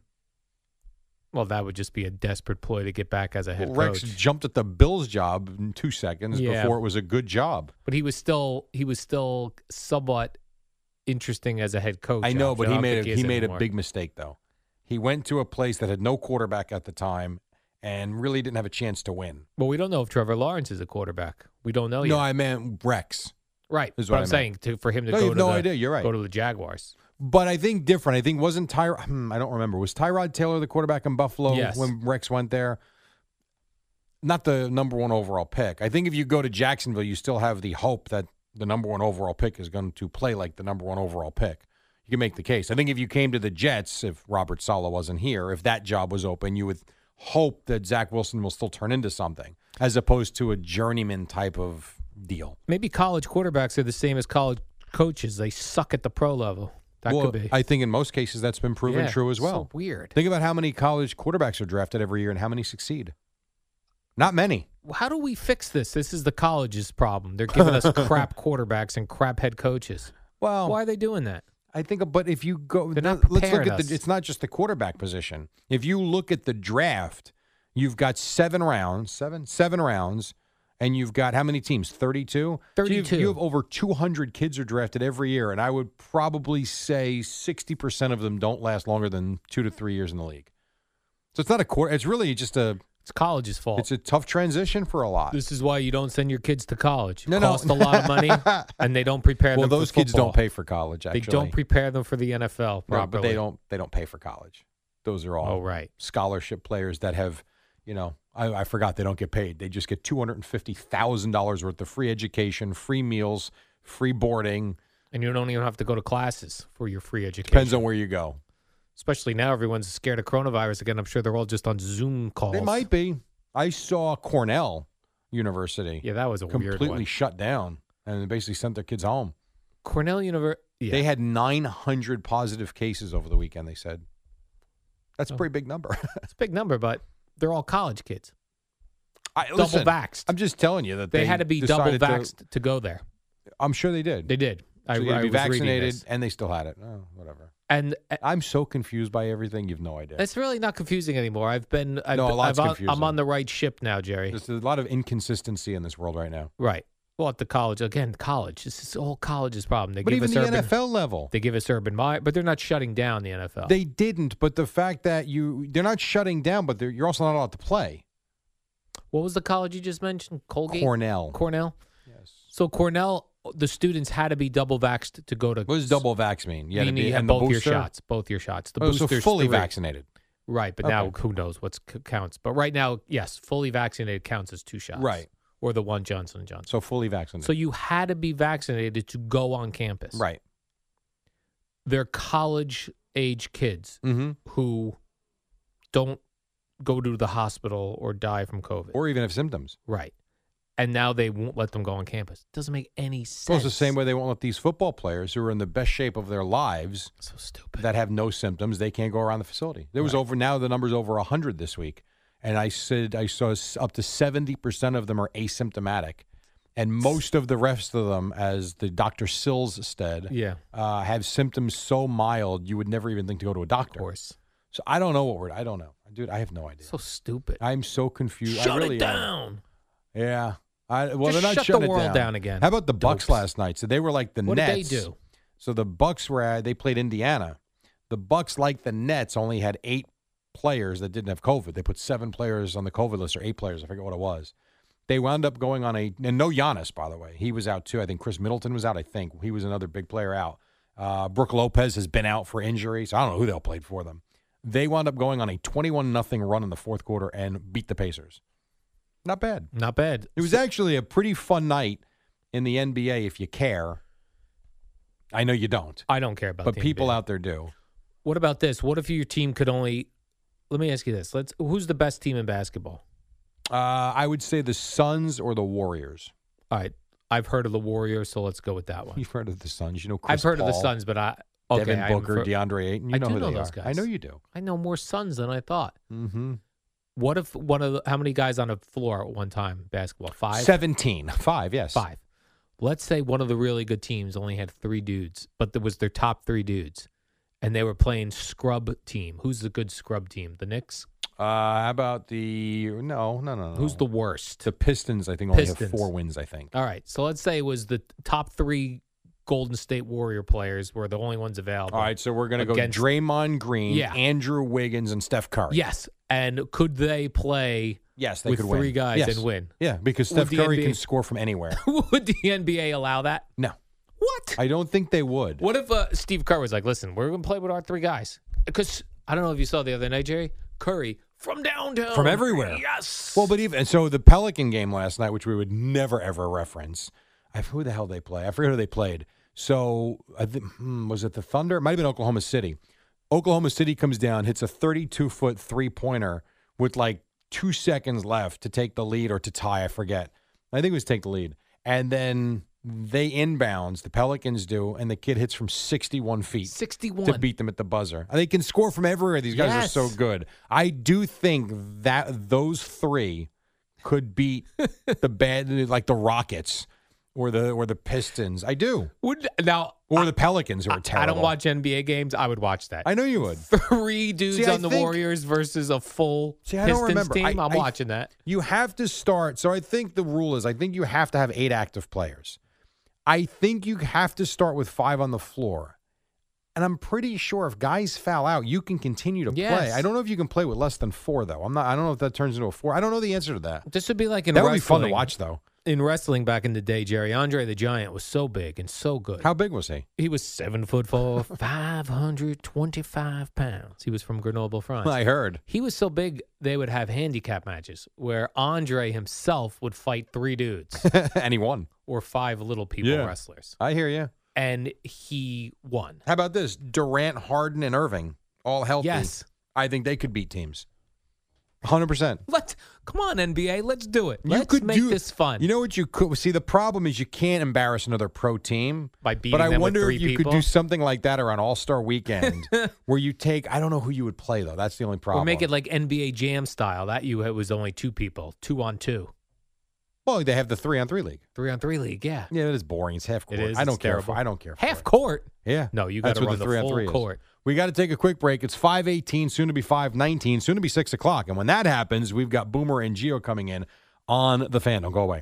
Well, that would just be a desperate ploy to get back as a head
Rex
coach.
jumped at the Bills job in two seconds
Yeah.
before it was a good job.
But he was still he was still somewhat interesting as a head coach.
I know,
option.
but he
don't
made a,
think
he,
is
made a
anymore.
big mistake though. He went to a place that had no quarterback at the time and really didn't have a chance to win.
Well, we don't know if Trevor Lawrence is a quarterback. We don't know yet.
no, I meant Rex,
right.
is
But
what
I'm
I meant.
saying to, for him to
No, you
go
have
to
no
the,
idea. You're right.
Go to the Jaguars.
but I think different. I think wasn't Tyrod. Hmm, I don't remember. Was Tyrod Taylor the quarterback in Buffalo
Yes.
when Rex went there? Not the number one overall pick. I think if you go to Jacksonville, you still have the hope that the number one overall pick is going to play like the number one overall pick. You can make the case. I think if you came to the Jets, if Robert Sala wasn't here, if that job was open, you would hope that Zach Wilson will still turn into something, as opposed to a journeyman type of deal.
Maybe college quarterbacks are the same as college coaches. They suck at the pro level. That
Well,
could be.
I think in most cases that's been proven
Yeah,
true as
so
well.
weird.
Think about how many college quarterbacks are drafted every year and how many succeed. Not many.
How do we fix this? This is the college's problem. They're giving us crap quarterbacks and crap head coaches.
Well,
Why are they doing that?
I think, but if you go,
They're not
now, let's look
preparing
at
us.
the. It's not just the quarterback position. If you look at the draft, you've got seven rounds, seven, seven rounds, and you've got how many teams? Thirty-two. So
32.
you you have over two hundred kids are drafted every year, and I would probably say sixty percent of them don't last longer than two to three years in the league. So it's not a quarter. It's really just a.
It's college's fault.
It's a tough transition for a lot.
this is why you don't send your kids to college.
No,
it
no.
costs a lot of money, and they don't prepare
well,
them. for
those kids
football.
don't pay for college. Actually,
They don't prepare them for the NFL properly.
No, but they don't. They don't pay for college. Those are all
Oh, right.
scholarship players that have, you know, I, I forgot they don't get paid. They just get two hundred and fifty thousand dollars worth of free education, free meals, free boarding.
And you don't even have to go to classes for your free education.
Depends on where you go.
Especially now, everyone's scared of coronavirus again. I'm sure they're all just on Zoom calls.
They might be. I saw Cornell University
Yeah, that was a
completely
weird one.
shut down and they basically sent their kids home.
Cornell University. Yeah.
They had nine hundred positive cases over the weekend. They said that's
Oh.
a pretty big number.
it's a big number, but they're all college kids.
I,
Double vaxxed.
I'm just telling you that
They,
they,
had to be double
decided to-
vaxxed to, go there.
I'm sure they did.
They did. I,
So you had
I
to be
was reading
vaccinated,
this.
and they still had it. Oh, whatever.
and uh,
I'm so confused by everything. You've no idea.
it's really not confusing anymore. I've been. I've,
No, a lot's
I've, I'm
confusing.
on the right ship now, Jerry.
There's a lot of inconsistency in this world right now.
right. Well, at the college again, college. This is all college's problem. They
But
give
even the
us urban.
NFL level,
They give us urban Meyer, but they're not shutting down the NFL.
they didn't. But the fact that you they're not shutting down, but they're, you're also not allowed to play.
what was the college you just mentioned? Colgate.
Cornell
Cornell. Yes. So Cornell, the students had to be double vaxxed to go to.
What does double vax mean?
You need to have
the
both your
booster?
shots. Both your shots. The
oh, so
boosters
fully
three.
vaccinated.
Right, but
Okay.
now who knows what counts? But right now, yes, fully vaccinated counts as two shots.
Right.
Or the one Johnson and Johnson.
So fully vaccinated.
So you had to be vaccinated to go on campus.
right.
They're college age kids
Mm-hmm.
who don't go to the hospital or die from COVID.
Or even have symptoms.
Right. And now they won't let them go on campus. Doesn't make any
Well,
sense.
it's the same way they won't let these football players who are in the best shape of their lives
So stupid.
that have no symptoms, they can't go around the facility. There was
Right.
over now the number's over 100 this week. And I said I saw s- up to 70% of them are asymptomatic. And most of the rest of them, as the Dr. Sills said,
yeah.
uh, have symptoms so mild you would never even think to go to a
Of
doctor.
course.
So I don't know what we're I don't know. Dude, I have no idea.
So stupid.
I'm so confused.
Shut
I really uh,
it
am.
down.
Yeah. I, well,
Just shut
they're not
the
shutting it
world
down.
down again.
How about the Bucks
Dopes.
last night? So they were like the
what
Nets.
did they do?
So the Bucks were at, they played Indiana. The Bucks, like the Nets, only had eight players that didn't have COVID. They put seven players on the COVID list or eight players. I forget what it was. They wound up going on a and no Giannis, by the way. He was out too. I think Chris Middleton was out. I think he was another big player out. Uh, Brooke Lopez has been out for injury, so I don't know who they'll play for them. They wound up going on a twenty-one nothing run in the fourth quarter and beat the Pacers. Not bad.
Not bad.
It was actually a pretty fun night in the NBA if you care. I know you don't,
I don't care about
but
the
people
NBA.
out there do.
What about this? What if your team could only? Let me ask you this. Let's. Who's the best team in basketball?
Uh, I would say the Suns or the Warriors.
All right, I've heard of the Warriors, so let's go with that one.
You've heard of the Suns, you know. Chris
I've heard of the
Paul,
Suns, but I okay.
Devin
I'm
Booker,
for-
DeAndre Ayton. You
I
know
do
who
know
they
those
are.
guys.
I know you do.
I know more Suns than I thought.
Mm-hmm.
What if one of the, how many guys on a floor at one time basketball? Five,
Seventeen, five, yes,
five. Let's say one of the really good teams only had three dudes, but there was their top three dudes, and they were playing scrub team. Who's the good scrub team? The Knicks.
Uh, how about the no, no, no, no?
Who's the worst?
the Pistons? I think only
Pistons.
have four wins. I think.
All right. So let's say it was the top three Golden State Warrior players were the only ones available.
All right, so we're gonna go
Against-
Draymond Green,
Yeah.
Andrew Wiggins, and Steph Curry.
Yes. And could they play?
Yes, they
With
could
three
win.
guys
Yes.
and win.
Yeah, because
Would
Steph
the
Curry
NBA
can score from anywhere.
Would the NBA allow that?
No,
What?
I don't think they would.
What if uh, Steve Kerr was like, listen, we're going to play with our three guys? Because I don't know if you saw the other night, Jerry. Curry from downtown.
From everywhere.
Yes.
Well, but even so, the Pelican game last night, which we would never ever reference. I who the hell they play? I forget who they played. So I thi- hmm, was it the Thunder? It might have been Oklahoma City. Oklahoma City comes down, hits a 32 foot three pointer with like two seconds left to take the lead or to tie. I forget. I think it was take the lead. and then they inbounds, the Pelicans do, and the kid hits from 61 feet.
61.
To beat them at the buzzer. And They can score from everywhere. These guys
Yes.
are so good. I do think that those three could beat the bad, like the Rockets or the or the Pistons. I do.
Would now
Or the Pelicans who are
I- I
terrible.
don't watch NBA games. I would watch that.
I know you would.
Three dudes
See, I
on the
think-
Warriors versus a full
See, I
Pistons
don't remember.
team.
I-
am
I-
watching that.
You have to start. So I think the rule is I think you have to have eight active players. I think you have to start with five on the floor. And I'm pretty sure if guys foul out, you can continue to play.
Yes.
I don't know if you can play with less than four though. I'm not I don't know if that turns into a four. I don't know the answer to that.
This would be like in
That would be
wrestling.
fun to watch though.
In wrestling back in the day, Jerry Andre the Giant was so big and so good.
How big was he?
He was seven foot four, five hundred twenty five pounds. He was from Grenoble, France.
I heard.
He was so big they would have handicap matches where Andre himself would fight three dudes
and he won.
or five little people
Yeah.
wrestlers,
I hear you.
and he won.
How about this? Durant, Harden, and Irving, all healthy.
Yes.
I think they could beat teams. 100%.
Let's come on NBA, let's do it.
You
let's
could
make
do,
this fun.
You know what you could see. The problem is you can't embarrass another pro team
By beating
But I
them with
wonder
three
if you
people?
could do something like that around All Star Weekend, where you take. I don't know who you would play though. That's the only problem.
or make it like NBA Jam style. That you it was only two people, two on two,
Well, they have the three on three league.
three on three league. Yeah,
Yeah, it is boring. It's half court.
it is.
I don't
it's
care.
terrible.
For, I don't care. For
Half
it.
court.
Yeah.
No, you
That's
gotta
what
run the
three on
full
three is.
court.
We got to take a quick break. It's 518, soon to be 519, soon to be 6 o'clock. And when that happens, we've got Boomer and Geo coming in on the fan. Don't go away.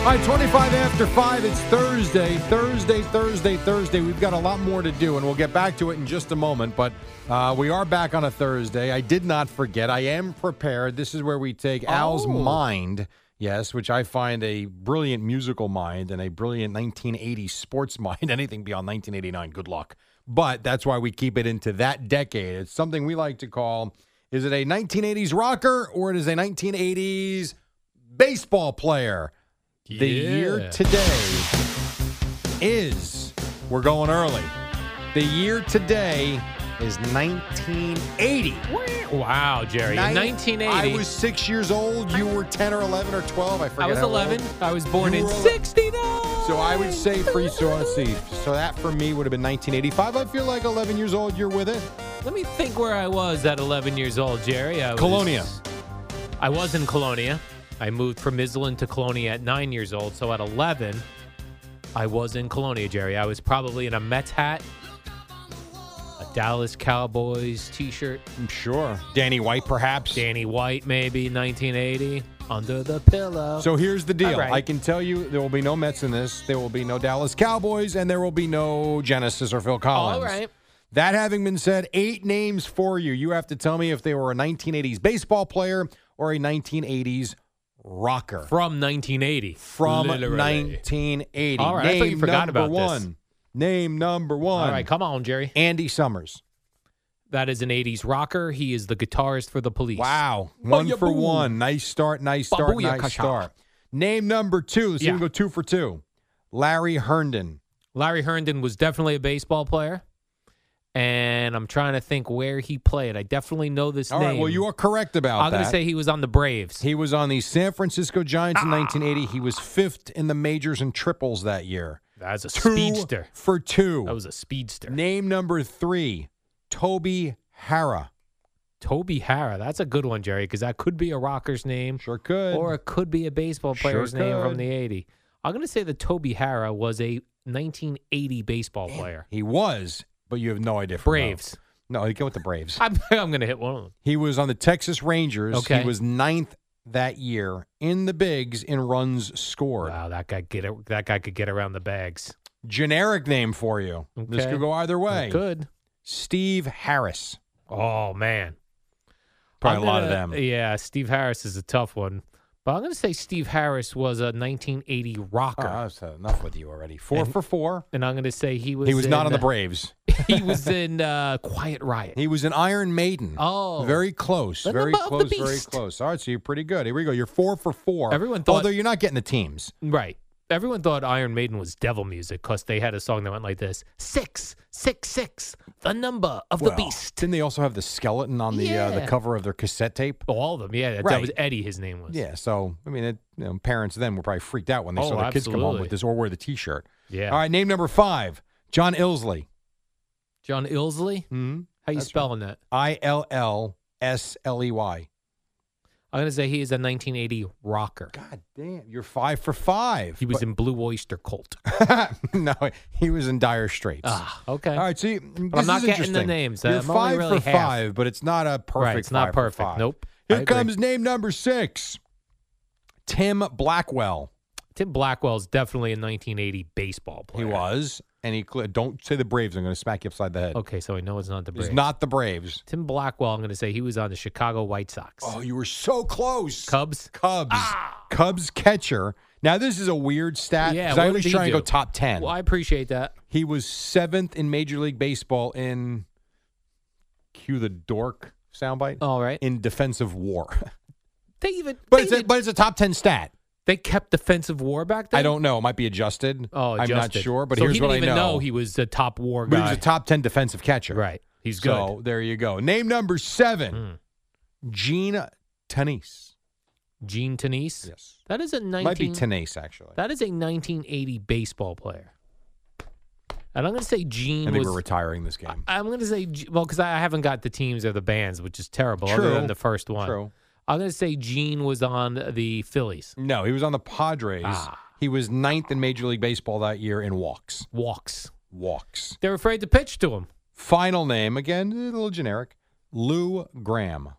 All right, 25 after 5. It's Thursday, Thursday, Thursday, Thursday. We've got a lot more to do, and we'll get back to it in just a moment. But uh, we are back on a Thursday. I did not forget. I am prepared. This is where we take Al's mind, yes, which I find a brilliant musical mind and a brilliant 1980 sports mind. Anything beyond 1989, good luck. But that's why we keep it into that decade. It's something we like to call is it a 1980s rocker or it is a 1980s baseball player? The year
Yeah.
today is, we're going early. The year today is 1980.
Wow, Jerry.
Nin-
in 1980,
I was six years old. You were 10 or 11 or 12. I forget.
I was
how old.
11. I was born
You
in
were al-
69.
So I would say for you, so let's see. So that for me would have been 1985. I feel like 11 years old. You're with it.
Let me think where I was at 11 years old, Jerry. I was-
Colonia.
I was in Colonia. I moved from Island to Colonia at nine years old. So at 11, I was in Colonia, Jerry. I was probably in a Mets hat, a Dallas Cowboys t shirt,
I'm sure. Danny White, perhaps.
Danny White, maybe 1980, under the pillow.
So here's the deal.
All right.
I can tell you there will be no Mets in this. There will be no Dallas Cowboys, and there will be no Genesis or Phil Collins.
all right.
That having been said, eight names for you. You have to tell me if they were a 1980s baseball player or a 1980s rocker
From 1980.
from
literally.
1980.
All right, I
Name
thought you forgot
number
about this.
one. Name number one.
All right, come on, Jerry.
Andy Summers.
That is an 80s rocker. He is the guitarist for the police.
Wow. One
Booyah
for
boo.
one. Nice start, nice start,
Babuya
nice
kasha.
start. Name number two. Let's see if
Yeah.
we can go two for two. Larry Herndon.
Larry Herndon was definitely a baseball player. And I'm trying to think where he played. I definitely know this
All right.
name.
Well, you are correct about
I'm
that.
going to say Ah. he was on the Braves.
He was on the San Francisco Giants in 1980. He was fifth in the majors and triples that year.
That's a
Two
speedster.
for two.
That was a speedster.
Name number three, Toby Hara.
Toby Hara. That's a good one, Jerry, because that could be a rocker's name
Sure could.
or it could be a baseball
Sure
player's name from
could.
the 80. I'm going to say that Toby Hara was a 1980 baseball player.
he was, but you have no idea. From
Braves.
No, no he go with the Braves.
I'm, I'm going to hit one of them.
He was on the Texas Rangers.
Okay.
He was ninth that year in the bigs in runs scored.
Wow, that guy get a, that guy could get around the bags.
Generic name for you. This
Okay.
could go either way.
Good.
Steve Harris.
Oh man.
Probably
I'm
a lot of
gonna-
them.
Yeah, Steve Harris is a tough one. But I'm going to say Steve Harris was a 1980 rocker.
All right, I've said Oh, enough with you already. Four for four.
And I'm going to say he was
He was not
in-
on the Braves.
he was in uh, Quiet Riot.
He was an Iron Maiden.
Oh.
very close,
Let them
very
bump the
close, very
beast.
close. All right, so you're pretty good. Here we go. You're four for four.
Everyone thought-
although you're not getting the teams.
Right. Everyone thought Iron Maiden was devil music because they had a song that went like this: six, six, six, the number of the
Well,
beast.
Didn't they also have the skeleton on the uh, the
Yeah.
cover of their cassette tape?
All of them. Yeah, that, that
Right.
was Eddie. His name was.
Yeah, so I mean, it, you know, parents then were probably freaked out when they
Oh,
saw their kids come home
absolutely.
with this or wear the T-shirt.
Yeah.
All right, name number five, John Ilsley.
John Ilsley. How you spelling that?
I L L S L E Y.
I'm gonna say he is a 1980 rocker.
God damn, you're five for five.
He was in Blue Oyster Cult.
But- no, he was in dire straits.
ah, okay.
All right, see, this
I'm not getting
is
the
interesting.
names.
You're
I'm only
five
really
for
half.
five, but it's not a perfect.
Right, it's not
five for
perfect.
five.
Nope. I
Here
agree.
comes name number six, Tim Blackwell.
Tim Blackwell's definitely a 1980 baseball player.
He was, and he cl- don't say the Braves. I'm going to smack you upside the head.
Okay, so I know it's not the
It's
Braves.
not the Braves.
Tim Blackwell. I'm gonna say he was on the Chicago White Sox.
Oh, you were so close. Ah!
Cubs.
Cubs. Cubs catcher. Now this is a weird stat.
Yeah,
'cause
what
I always
did he
try and go
do?
top ten.
Well, I appreciate that.
He was seventh in Major League Baseball in cue the dork soundbite
All right.
in defensive WAR.
They even Oh,
but
they,
it's a,
even-
but it's a top ten stat.
they kept defensive war back then.
I don't know. It might be adjusted.
Oh,
I'm not
adjusted.
sure. But
So
here's
he
what
didn't
I
even
know.
He was a top war
But
guy.
he was a top ten defensive catcher.
right. He's good. Hmm.
So there you go. Name number seven, Gene Tenise.
Gene Tenise.
Yes.
That is a 19
Might be Tenise actually.
That is a 1980 baseball player. And I'm going to say Gene
I think
was
we're retiring this game.
I'm going to say G- well cuz I haven't got the teams or the bands, which is terrible other
True.
than the first one.
True.
I'm going to say Gene was on the Phillies.
No, he was on the Padres.
Ah.
He was ninth in Major League Baseball that year in walks.
Walks.
Walks.
They're afraid to pitch to him.
Final name, again, a little generic Lou Graham.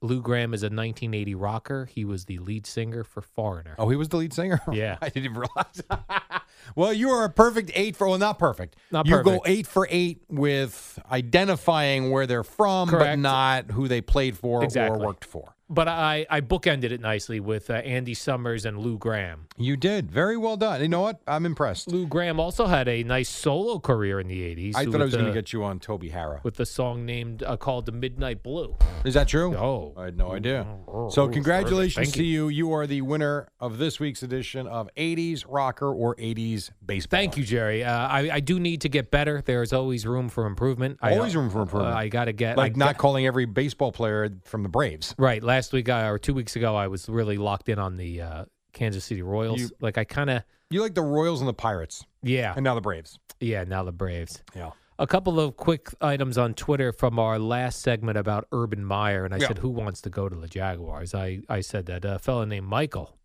Lou Graham is a 1980 rocker. He was the lead singer for Foreigner.
Oh, he was the lead singer?
Yeah.
I didn't even realize. well, you are a perfect eight for, well, not perfect.
Not
you go
perfect.
eight for eight with identifying where they're from, but
Correct.
not who they played for
Exactly.
or worked for.
But I, I bookended it nicely with uh, Andy Summers and Lou Graham.
You did. Very well done. You know what? I'm impressed.
Lou Graham also had a nice solo career in the 80s.
I thought I was going to
to
get you on Toby Hara.
With the song named uh, called The Midnight Blue.
Is that true?
Oh.
I had no idea. So, congratulations
mm, Thank
to you. You are the winner of this week's edition of 80s Rocker or 80s Baseball.
Thank you, Jerry. Uh, I, I do need to get better. There is always room for improvement. I,
Always room for improvement.
Uh, I got to get
Like
I
not
got-
calling every baseball player from the Braves.
right. Last week I, or two weeks ago, I was really locked in on the uh, Kansas City Royals.
You-
like I kind of
You like the Royals and the Pirates,
yeah
and now the Braves.
yeah. Now the Braves.
Yeah.
A couple of quick items on Twitter from our last segment about Urban Meyer, and I
Yeah.
said, "Who wants to go to the Jaguars?" I I said that uh, a fellow named Michael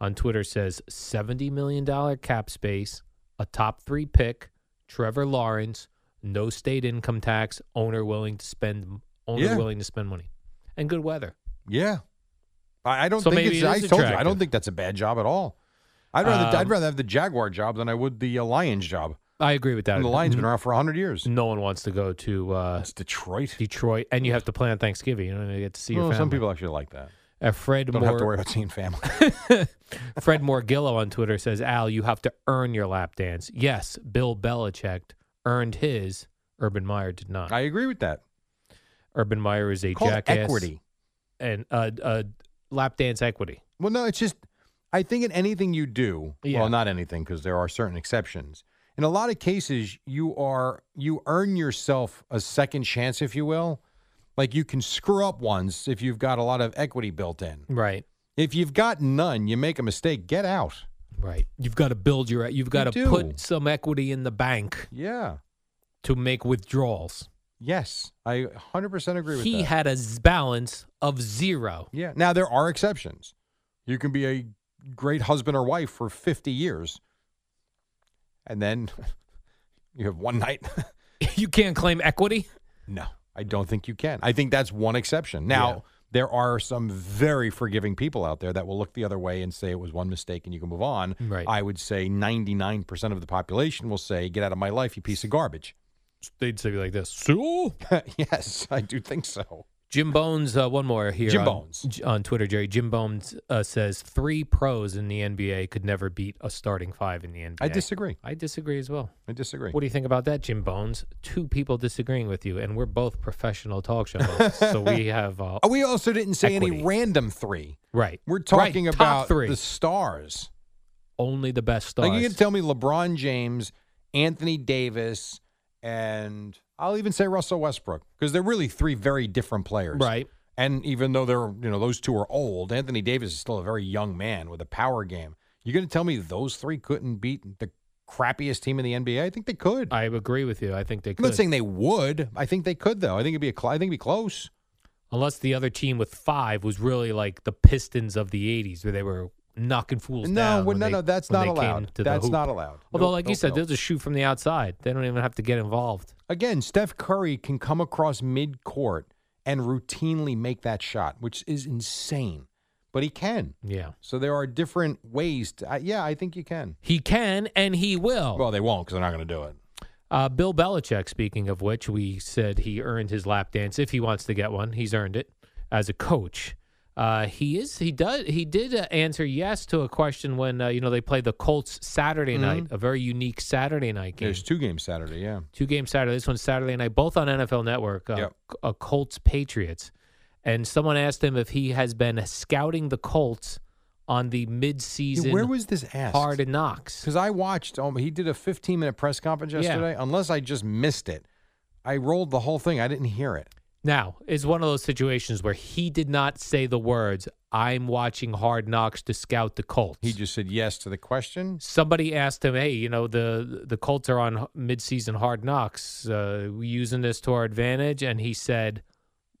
on Twitter says seventy million dollar cap space, a top three pick, Trevor Lawrence, no state income tax, owner willing to spend owner
Yeah.
willing to spend money, and good weather.
Yeah. I, I don't
So
think
maybe
it's,
it
I
is
told you, I
attractive.
don't think that's a bad job at all. I'd rather, I'd
Um,
rather have the Jaguar job than I would the uh, Lions job.
I agree with that.
And the Lions been around for 100 years.
No one wants to go to uh,
That's Detroit.
Detroit, and you have to plan on Thanksgiving. You don't even get to see your
Well,
family.
some people actually like that.
Uh, Fred
Don't
Moore,
have to worry about seeing family.
Fred Morgillo on Twitter says, Al, you have to earn your lap dance. Yes, Bill Belichick earned his. Urban Meyer did not.
I agree with that.
Urban Meyer is a
Called
jackass.
equity.
And uh, uh, lap dance equity.
Well, no, it's just I think in anything you do,
Yeah.
well, not anything because there are certain exceptions. In a lot of cases, you are you earn yourself a second chance, if you will. Like you can screw up once if you've got a lot of equity built in.
Right.
If you've got none, you make a mistake, get out.
Right. You've got to build your, you've got to
do.
put some equity in the bank
Yeah.
to make withdrawals.
Yes, I 100% agree with
He
that.
had a z- balance of zero.
yeah. Now there are exceptions. You can be a great husband or wife for 50 years, and then you have one night.
you can't claim equity.
No, I don't think you can. I think that's one exception. Now,
Yeah.
there are some very forgiving people out there that will look the other way and say it was one mistake and you can move on.
Right.
I would say 99% of the population will say, get out of my life, you piece of garbage.
They'd say like this. So
yes, I do think so.
Jim Bones, uh, one more here.
Jim
on,
Bones.
J- on Twitter, Jerry. Jim Bones uh, says three pros in the NBA could never beat a starting five in the NBA.
I disagree.
I disagree as well.
I disagree.
What do you think about that, Jim Bones? Two people disagreeing with you, and we're both professional talk show hosts, so we have uh,
Oh, we also didn't say any
Equity.
random three.
right.
We're
Right,
talking
top
about
three.
the stars.
only the best stars.
Like you can tell me LeBron James, Anthony Davis, and I'll even say Russell Westbrook because they're really three very different players.
right?
And even though they're, you know, those two are old, Anthony Davis is still a very young man with a power game. You're going to tell me those three couldn't beat the crappiest team in the NBA? I think they could.
I agree with you. I think they
I'm
could.
not saying they would. I think they could though. I think it'd be a cl- I think it'd be close.
Unless the other team with five was really like the Pistons of the '80s, where they were knocking fools
No,
down.
well,
when
no,
they-
no, that's
when
not
they came
allowed.
to the
That's
hoop.
not allowed.
Although,
Nope,
like you
nope,
said,
nope.
they'll just shoot from the outside. They don't even have to get involved.
Again, Steph Curry can come across midcourt and routinely make that shot, which is insane, but he can.
Yeah,
So there are different ways. To, I yeah, I think you can.
he can and he will.
Well, they won't because they're not going to do it.
Uh, Bill Belichick, speaking of which, we said he earned his lap dance if he wants to get one. He's earned it as a coach. Uh, he is. He does. He did uh, answer yes to a question when uh, you know they play the Colts Saturday night, a very unique Saturday night game.
Mm-hmm. There's two games Saturday. Yeah,
two games Saturday. This one's Saturday night, both on NFL Network. Uh,
Yep.
C- uh, Colts Patriots, and someone asked him if he has been scouting the Colts on the midseason.
where was this asked?
Hard Knocks?
Because I watched. Um, he did a 15 minute press conference
Yeah.
yesterday. Unless I just missed it, I rolled the whole thing. I didn't hear it.
Now is one of those situations where he did not say the words "I'm watching Hard Knocks to scout the Colts."
He just said yes to the question.
Somebody asked him, "Hey, you know the the Colts are on h- midseason hard knocks. Uh, we using this to our advantage?" And he said,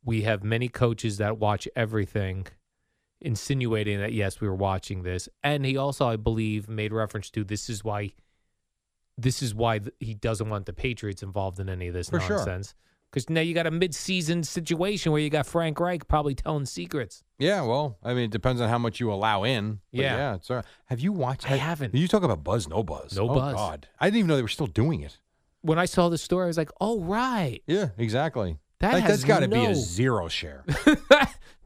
"We have many coaches that watch everything," insinuating that yes, we were watching this. And he also, I believe, made reference to this is why this is why th- he doesn't want the Patriots involved in any of this
For sure.
nonsense. Because now you got a midseason situation where you got Frank Reich probably telling secrets.
Yeah, well, I mean, it depends on how much you allow in. but
Yeah.
yeah. It's all right. Have you watched?
I haven't.
You talk about buzz, no buzz,
No
oh,
buzz.
God, I didn't even know they were still doing it.
When I saw the story, I was like, "Oh right."
Yeah, exactly.
That
like,
has
that's got to be
no-
a zero share.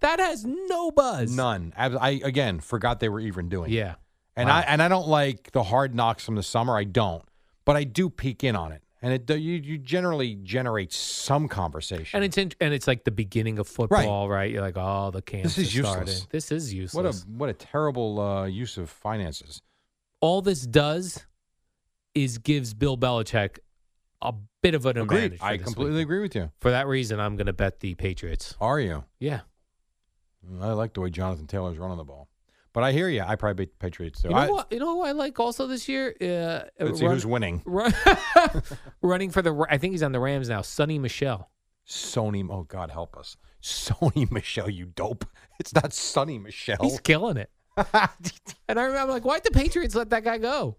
that has no buzz.
None. I, I again forgot they were even doing. it.
Yeah.
and I and I don't like the hard knocks from the summer. I don't, but I do peek in on it, and it do- you you generally generate some conversation.
And it's in, and it's like the beginning of football, right? You're like, oh, the camps.
is
are starting.
useless.
This is
what a
useless.
what a terrible uh, use of finances.
All this does is gives Bill Belichick a bit of an advantage. for
I
this
completely
weekend.
agree with you.
For that reason, I'm going to bet the Patriots.
Are you?
Yeah.
I like the way Jonathan Taylor's running the ball, but I hear you. I probably beat the Patriots too.
You know
I,
what? You know who I like also this year? Uh,
Let's see
run-
who's winning.
run- running for the. Ra- I think he's on the Rams now. Sonny Michelle.
Sony. Oh God, help us. Sony Michelle, you dope. It's not Sonny Michelle.
He's killing it. And I remember, like, why'd the Patriots let that guy go?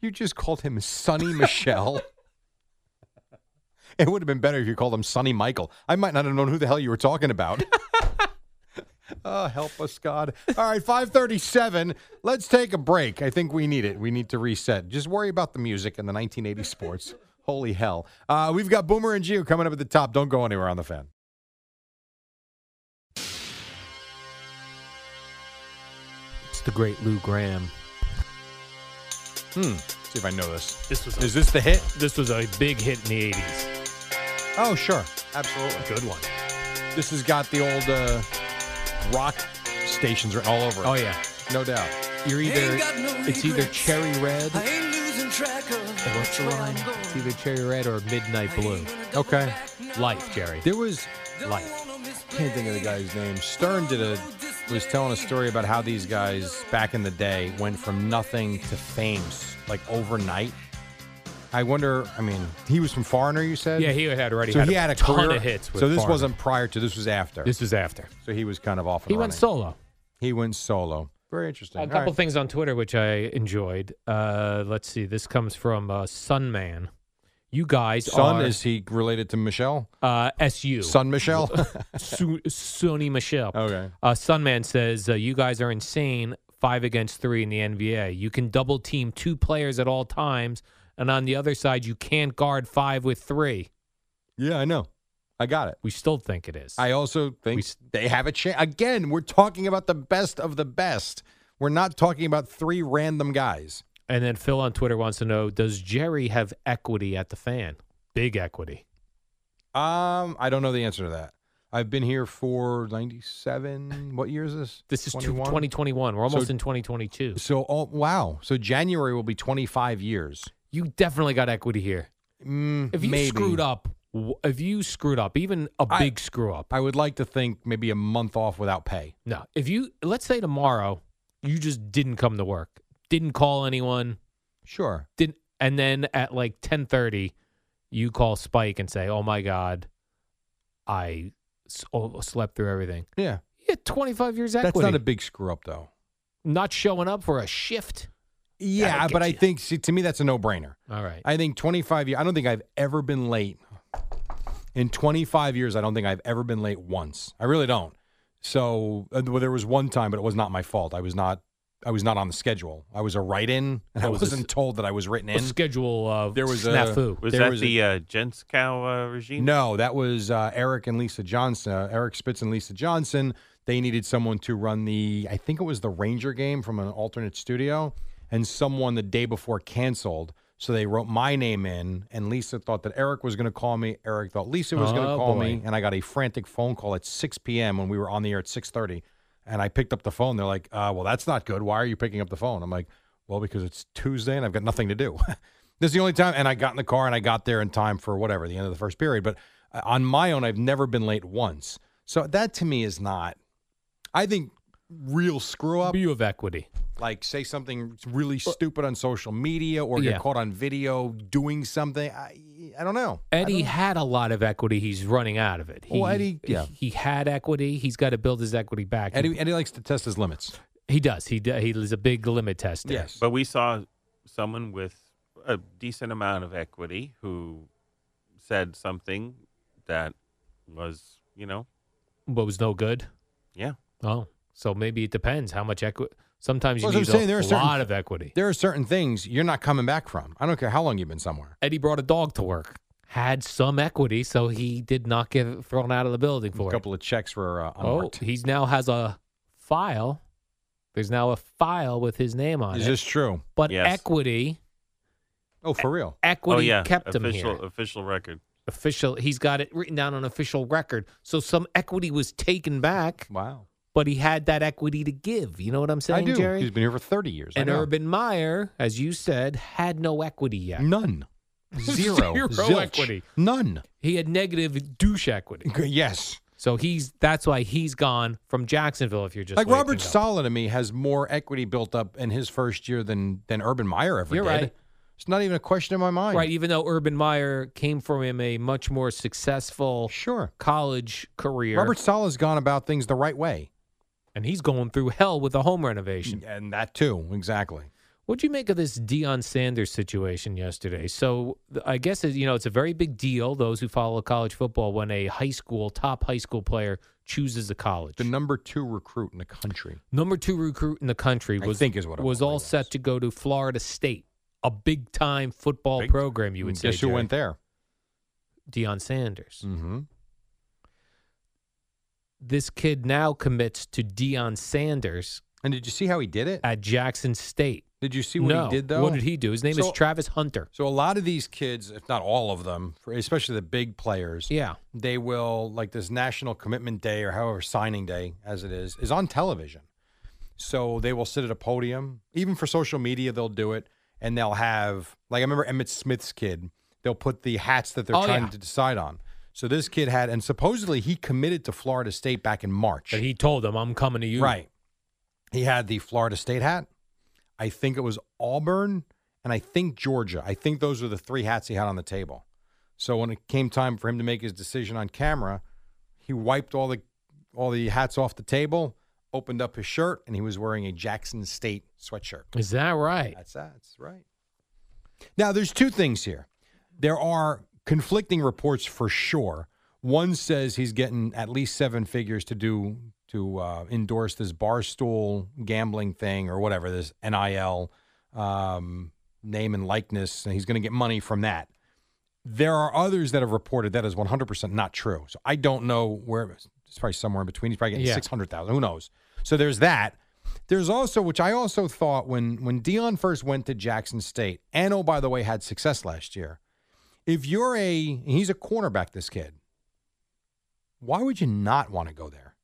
You just called him Sonny Michelle. it would have been better if you called him Sonny Michael. I might not have known who the hell you were talking about. oh, help us, God. All right, 537. Let's take a break. I think we need it. We need to reset. Just worry about the music and the 1980 sports. Holy hell. Uh, we've got Boomer and Geo coming up at the top. Don't go anywhere on the fan.
It's the great Lou Graham.
Hmm. See if I know this.
This was
Is this the hit?
this was a big hit in the '80s.
Oh, sure. Absolutely.
Good one.
This has got the old uh, rock stations written all over it.
Oh yeah,
No doubt.
you're either it's either cherry red. Or what's the line? It's either cherry red or midnight blue.
Okay.
Life, Jerry.
There was
Life.
can't think of the guy's name. Stern did a was telling a story about how these guys back in the day went from nothing to fame like overnight. I wonder. I mean, he was from Foreigner. You said
Yeah, he had already
so
had,
he
a
had a
ton
career.
of hits. With
so this
Foreigner.
wasn't prior to. This was after.
This was after.
so he was kind of off. And
He went
running.
solo.
He went solo. Very interesting.
A
All
couple
right.
things on Twitter which I enjoyed. Uh, let's see. This comes from uh, Sunman. You guys
Son
are
is he related to Michelle?
uh, SU.
Son Michelle.
Su- Sony Michelle.
okay.
Uh, Sunman says, uh, You guys are insane. Five against three in the NBA. You can double team two players at all times. And on the other side, you can't guard five with three.
Yeah, I know.
I got it.
We still think it is.
I also think
s-
they have a chance. Again, we're talking about the best of the best. We're not talking about three random guys.
and then Phil on Twitter wants to know: Does Jerry have equity at the fan? Big equity.
Um, I don't know the answer to that. I've been here for 97. What year is this?
This is two-
21?
2021. We're
So-
almost in 2022.
So, oh, wow. So January will be 25 years.
You definitely got equity here.
Mm,
If you
maybe.
screwed up, w- if you screwed up, even a
I-
big screw up.
I would like to think maybe a month off without pay.
No. If you let's say tomorrow you just didn't come to work, didn't call anyone,
Sure.
didn't and then at like ten thirty, you call Spike and say, "Oh my God, I s- oh, slept through everything."
Yeah.
Yeah, twenty five years
That's
equity.
not a big screw up, though.
not showing up for a shift.
Yeah,
That'll
but
get
I
you.
think see, to me that's a no brainer.
All right.
I think 25 years. I don't think I've ever been late. In 25 years, I don't think I've ever been late once. I really don't. So uh, well, there was one time, but it was not my fault. I was not. I was not on the schedule. I was a write-in, and I
Oh,
What was this-
wasn't told that I was written
a
in.
schedule of
There was a-
snafu.
Was
There
that
was a-
the uh, Jenskow uh, regime?
No, that was uh, Eric and Lisa Johnson. uh, Eric Spitz and Lisa Johnson. They needed someone to run the. I think it was the Ranger game from an alternate studio, and someone the day before canceled. So they wrote my name in, and Lisa thought that Eric was going to call me. Eric thought Lisa was going to
Oh,
call
boy.
me, and I got a frantic phone call at 6 p.m. when we were on the air at 6:30, and I picked up the phone. They're like, uh, "Well, that's not good. Why are you picking up the phone?" I'm like, "Well, because it's Tuesday and I've got nothing to do." This is the only time, and I got in the car and I got there in time for whatever the end of the first period. But uh, on my own, I've never been late once. So that to me is not. I think real screw up,
view of equity.
like say something really stupid on social media or get
Yeah.
caught on video doing something. I, I don't know.
Eddie had a lot of equity. He's running out of it. He,
Well, Eddie- yeah.
he had equity. He's got to build his equity back. He-
Eddie, Eddie likes to test his limits.
He does. He d- he is a big limit tester.
But we saw someone with a decent amount of equity who said something that was, you know,
but was no good.
yeah.
Oh, so maybe it depends how much equity. Sometimes you
Well, as I'm
need
saying,
a
there are
lot
certain-
of equity.
There are certain things you're not coming back from. I don't care how long you've been somewhere.
Eddie brought a dog to work, had some equity, so he did not get thrown out of the building for
A couple of checks were uh,
it. Oh,
unmarked.
he's now has a file. There's now a file with his name on
is
it.
this true?
but
Yes.
equity,
Oh, for real.
equity
oh, yeah.
kept him
official,
here.
Official record.
Official, he's got it written down on official record. So some equity was taken back,
Wow.
but he had that equity to give. You know what I'm saying,
I do.
Jerry?
He's been here for 30 years. I
And
know.
Urban Meyer, as you said, had no equity yet.
None. Zero.
Zero
Zilch.
equity.
None.
He had negative douche equity.
G- Yes.
So he's that's why he's gone from Jacksonville. If you're just
like
waking
Robert
up.
Sala to me has more equity built up in his first year than than Urban Meyer ever
You're
did.
right.
It's not even a question in my mind.
right? Even though Urban Meyer came from him a much more successful
Sure.
college career,
Robert Sala's gone about things the right way.
and he's going through hell with a home renovation.
And that too, exactly.
What'd you make of this Deion Sanders situation yesterday? So th- I guess it- you know it's a very big deal. Those who follow college football, when a high school top high school player chooses a college,
The number two recruit in the country.
number two recruit in the country
I
was
think is what it
was
probably
all
was.
set to go to Florida State, a big time football
Big time.
program. You would
Mm, guess
say.
who went there?
there? Deion Sanders.
Mm-hmm.
This kid now commits to Deion Sanders
And did you see how he did it?
at Jackson State.
Did you see what
No.
he did though?
What did he do? His name
So-
is Travis Hunter.
So a lot of these kids, if not all of them, for- especially the big players,
Yeah.
they will like this national commitment day or however signing day as it is is on television so they will sit at a podium even for social media they'll do it and they'll have like i remember emmett smith's kid they'll put the hats that they're
Oh,
trying
yeah.
to decide on so this kid had and supposedly he committed to florida state back in march
That he told them, "I'm coming to you."
right he had the florida state hat i think it was auburn and i think georgia i think those were the three hats he had on the table so when it came time for him to make his decision on camera, he wiped all the all the hats off the table, opened up his shirt, and he was wearing a Jackson State sweatshirt.
Is that right?
That's that's right. Now there's two things here. There are conflicting reports for sure. One says he's getting at least seven figures to do to uh, endorse this barstool gambling thing or whatever this NIL um, name and likeness, and he's going to get money from that. There are others that have reported that is 100% not true. So I don't know where it's probably somewhere in between. He's probably getting
Yeah.
600,000. Who knows? So there's that. There's also which I also thought when when Dion first went to Jackson State, and oh by the way had success last year. If you're a he's a cornerback this kid. Why would you not want to go there?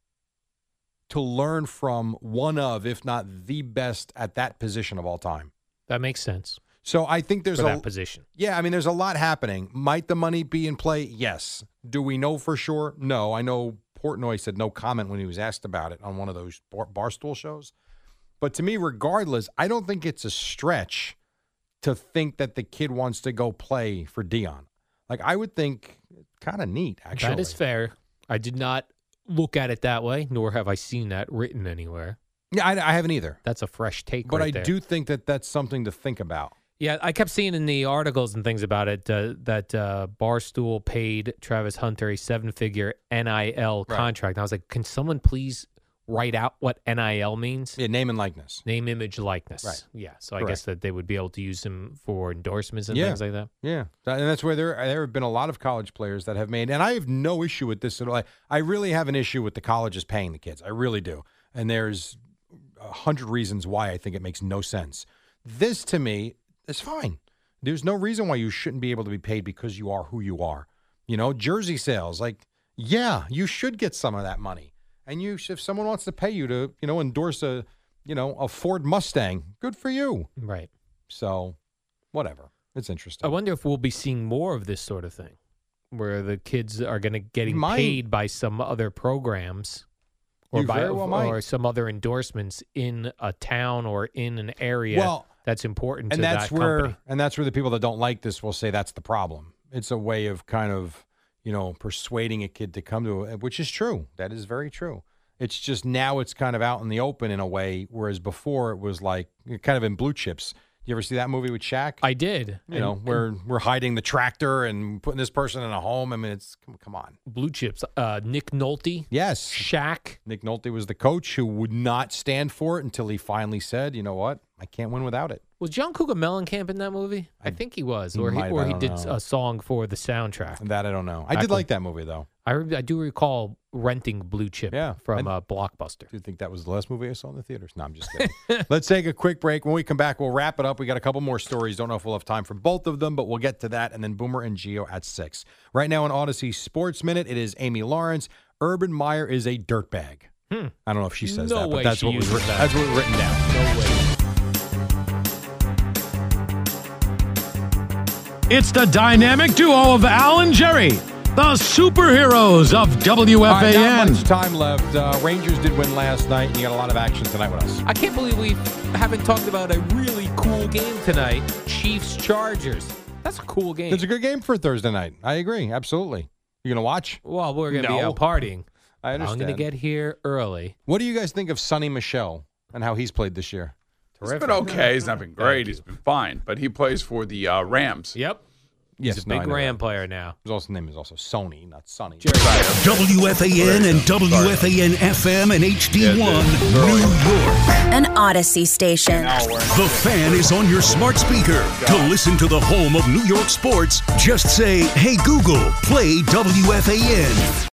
To learn from one of if not the best at that position of all time.
That makes sense
So I think there's
for
a
that position.
yeah, I mean, there's a lot happening. Might the money be in play? Yes. Do we know for sure? No. I know Portnoy said no comment when he was asked about it on one of those bar- barstool shows. But to me, regardless, I don't think it's a stretch to think that the kid wants to go play for Dion. Like I would think, kind of neat actually.
That is fair. I did not look at it that way, nor have I seen that written anywhere.
yeah, I, I haven't either.
That's a fresh take.
But
right
I
there.
do think that that's something to think about.
Yeah, I kept seeing in the articles and things about it uh, that uh, Barstool paid Travis Hunter a seven-figure NIL
Right.
contract. And I was like, can someone please write out what NIL means?
Yeah, name and likeness.
Name, image, likeness.
Right.
Yeah. So I
Correct.
guess that they would be able to use him for endorsements and
Yeah.
things like that.
Yeah, That- and that's where there there have been a lot of college players that have made, and I have no issue with this at all. I, I really have an issue with the colleges paying the kids. I really do, and there's a hundred reasons why I think it makes no sense. This to me is fine. There's no reason why you shouldn't be able to be paid because you are who you are. You know, jersey sales, like yeah, you should get some of that money, and you if someone wants to pay you to you know endorse a you know a Ford Mustang, good for you.
Right.
So, whatever. It's
I
interesting.
wonder if Oh, we'll be seeing more of this sort of thing, where the kids are going to getting
Might.
paid by some other programs, or
You
by
very well might.
or some other endorsements in a town or in an area
Well,
that's important to
and that's
that
where
company.
and that's where the people that don't like this will say that's the problem it's a way of kind of you know persuading a kid to come to it which is true that is very true it's just now it's kind of out in the open in a way whereas before it was like you're kind of in blue chips you ever see that movie with Shaq?
I did.
you know,
And-
we're we're hiding the tractor and putting this person in a home. I mean, it's come, come on.
blue chips. Uh, Nick Nolte,
Yes,
Shaq.
Nick Nolte was the coach who would not stand for it until he finally said, "You know what? I can't win without it."
Was John Cougar Mellencamp in that movie? I,
I-
think he was,
he
or he,
might have,
or
I
he
don't
did
know.
a song for the soundtrack.
And that I don't know. I
I
did
can-
like that movie though.
I re- I do recall renting Blue Chip
Yeah,
from
I-
uh, Blockbuster.
Do you think that was the last movie I saw in the theaters? No, I'm just kidding. Let's take a quick break. When we come back, we'll wrap it up. We got a couple more stories. Don't know if we'll have time for both of them, but we'll get to that. And then Boomer and Geo at six. Right now on Odyssey Sports Minute, it is Amy Lawrence. Urban Meyer is a dirtbag.
Hmm.
I don't know if she says
No
that, but
way
that's
she
what was
uses
written.
that.
That's what was written down.
No way.
It's the dynamic duo of Al and Jerry, the superheroes of
All right, not much
WFAN.
time left. Uh, Rangers did win last night, and you got a lot of action tonight with us.
I can't believe we haven't talked about a really cool game tonight. Chiefs Chargers. That's a cool game.
It's a good game for Thursday night. I agree, absolutely. You gonna watch?
well, we're gonna be
No.
out partying.
I
I'm
understand.
gonna get here early.
What do you guys think of Sonny Michelle and how he's played this year?
He's been okay. He's not been great. He's been fine, but he plays for the uh, Rams.
Yep.
Yes,
He's a
no, I
big
know that.
Ram player now.
His also name is also Sony, not Sonny.
WFAN and WFAN FM and HD1, New York.
An Odyssey station.
The fan is on your smart speaker. To listen to the home of New York sports, just say, Hey Google, play WFAN.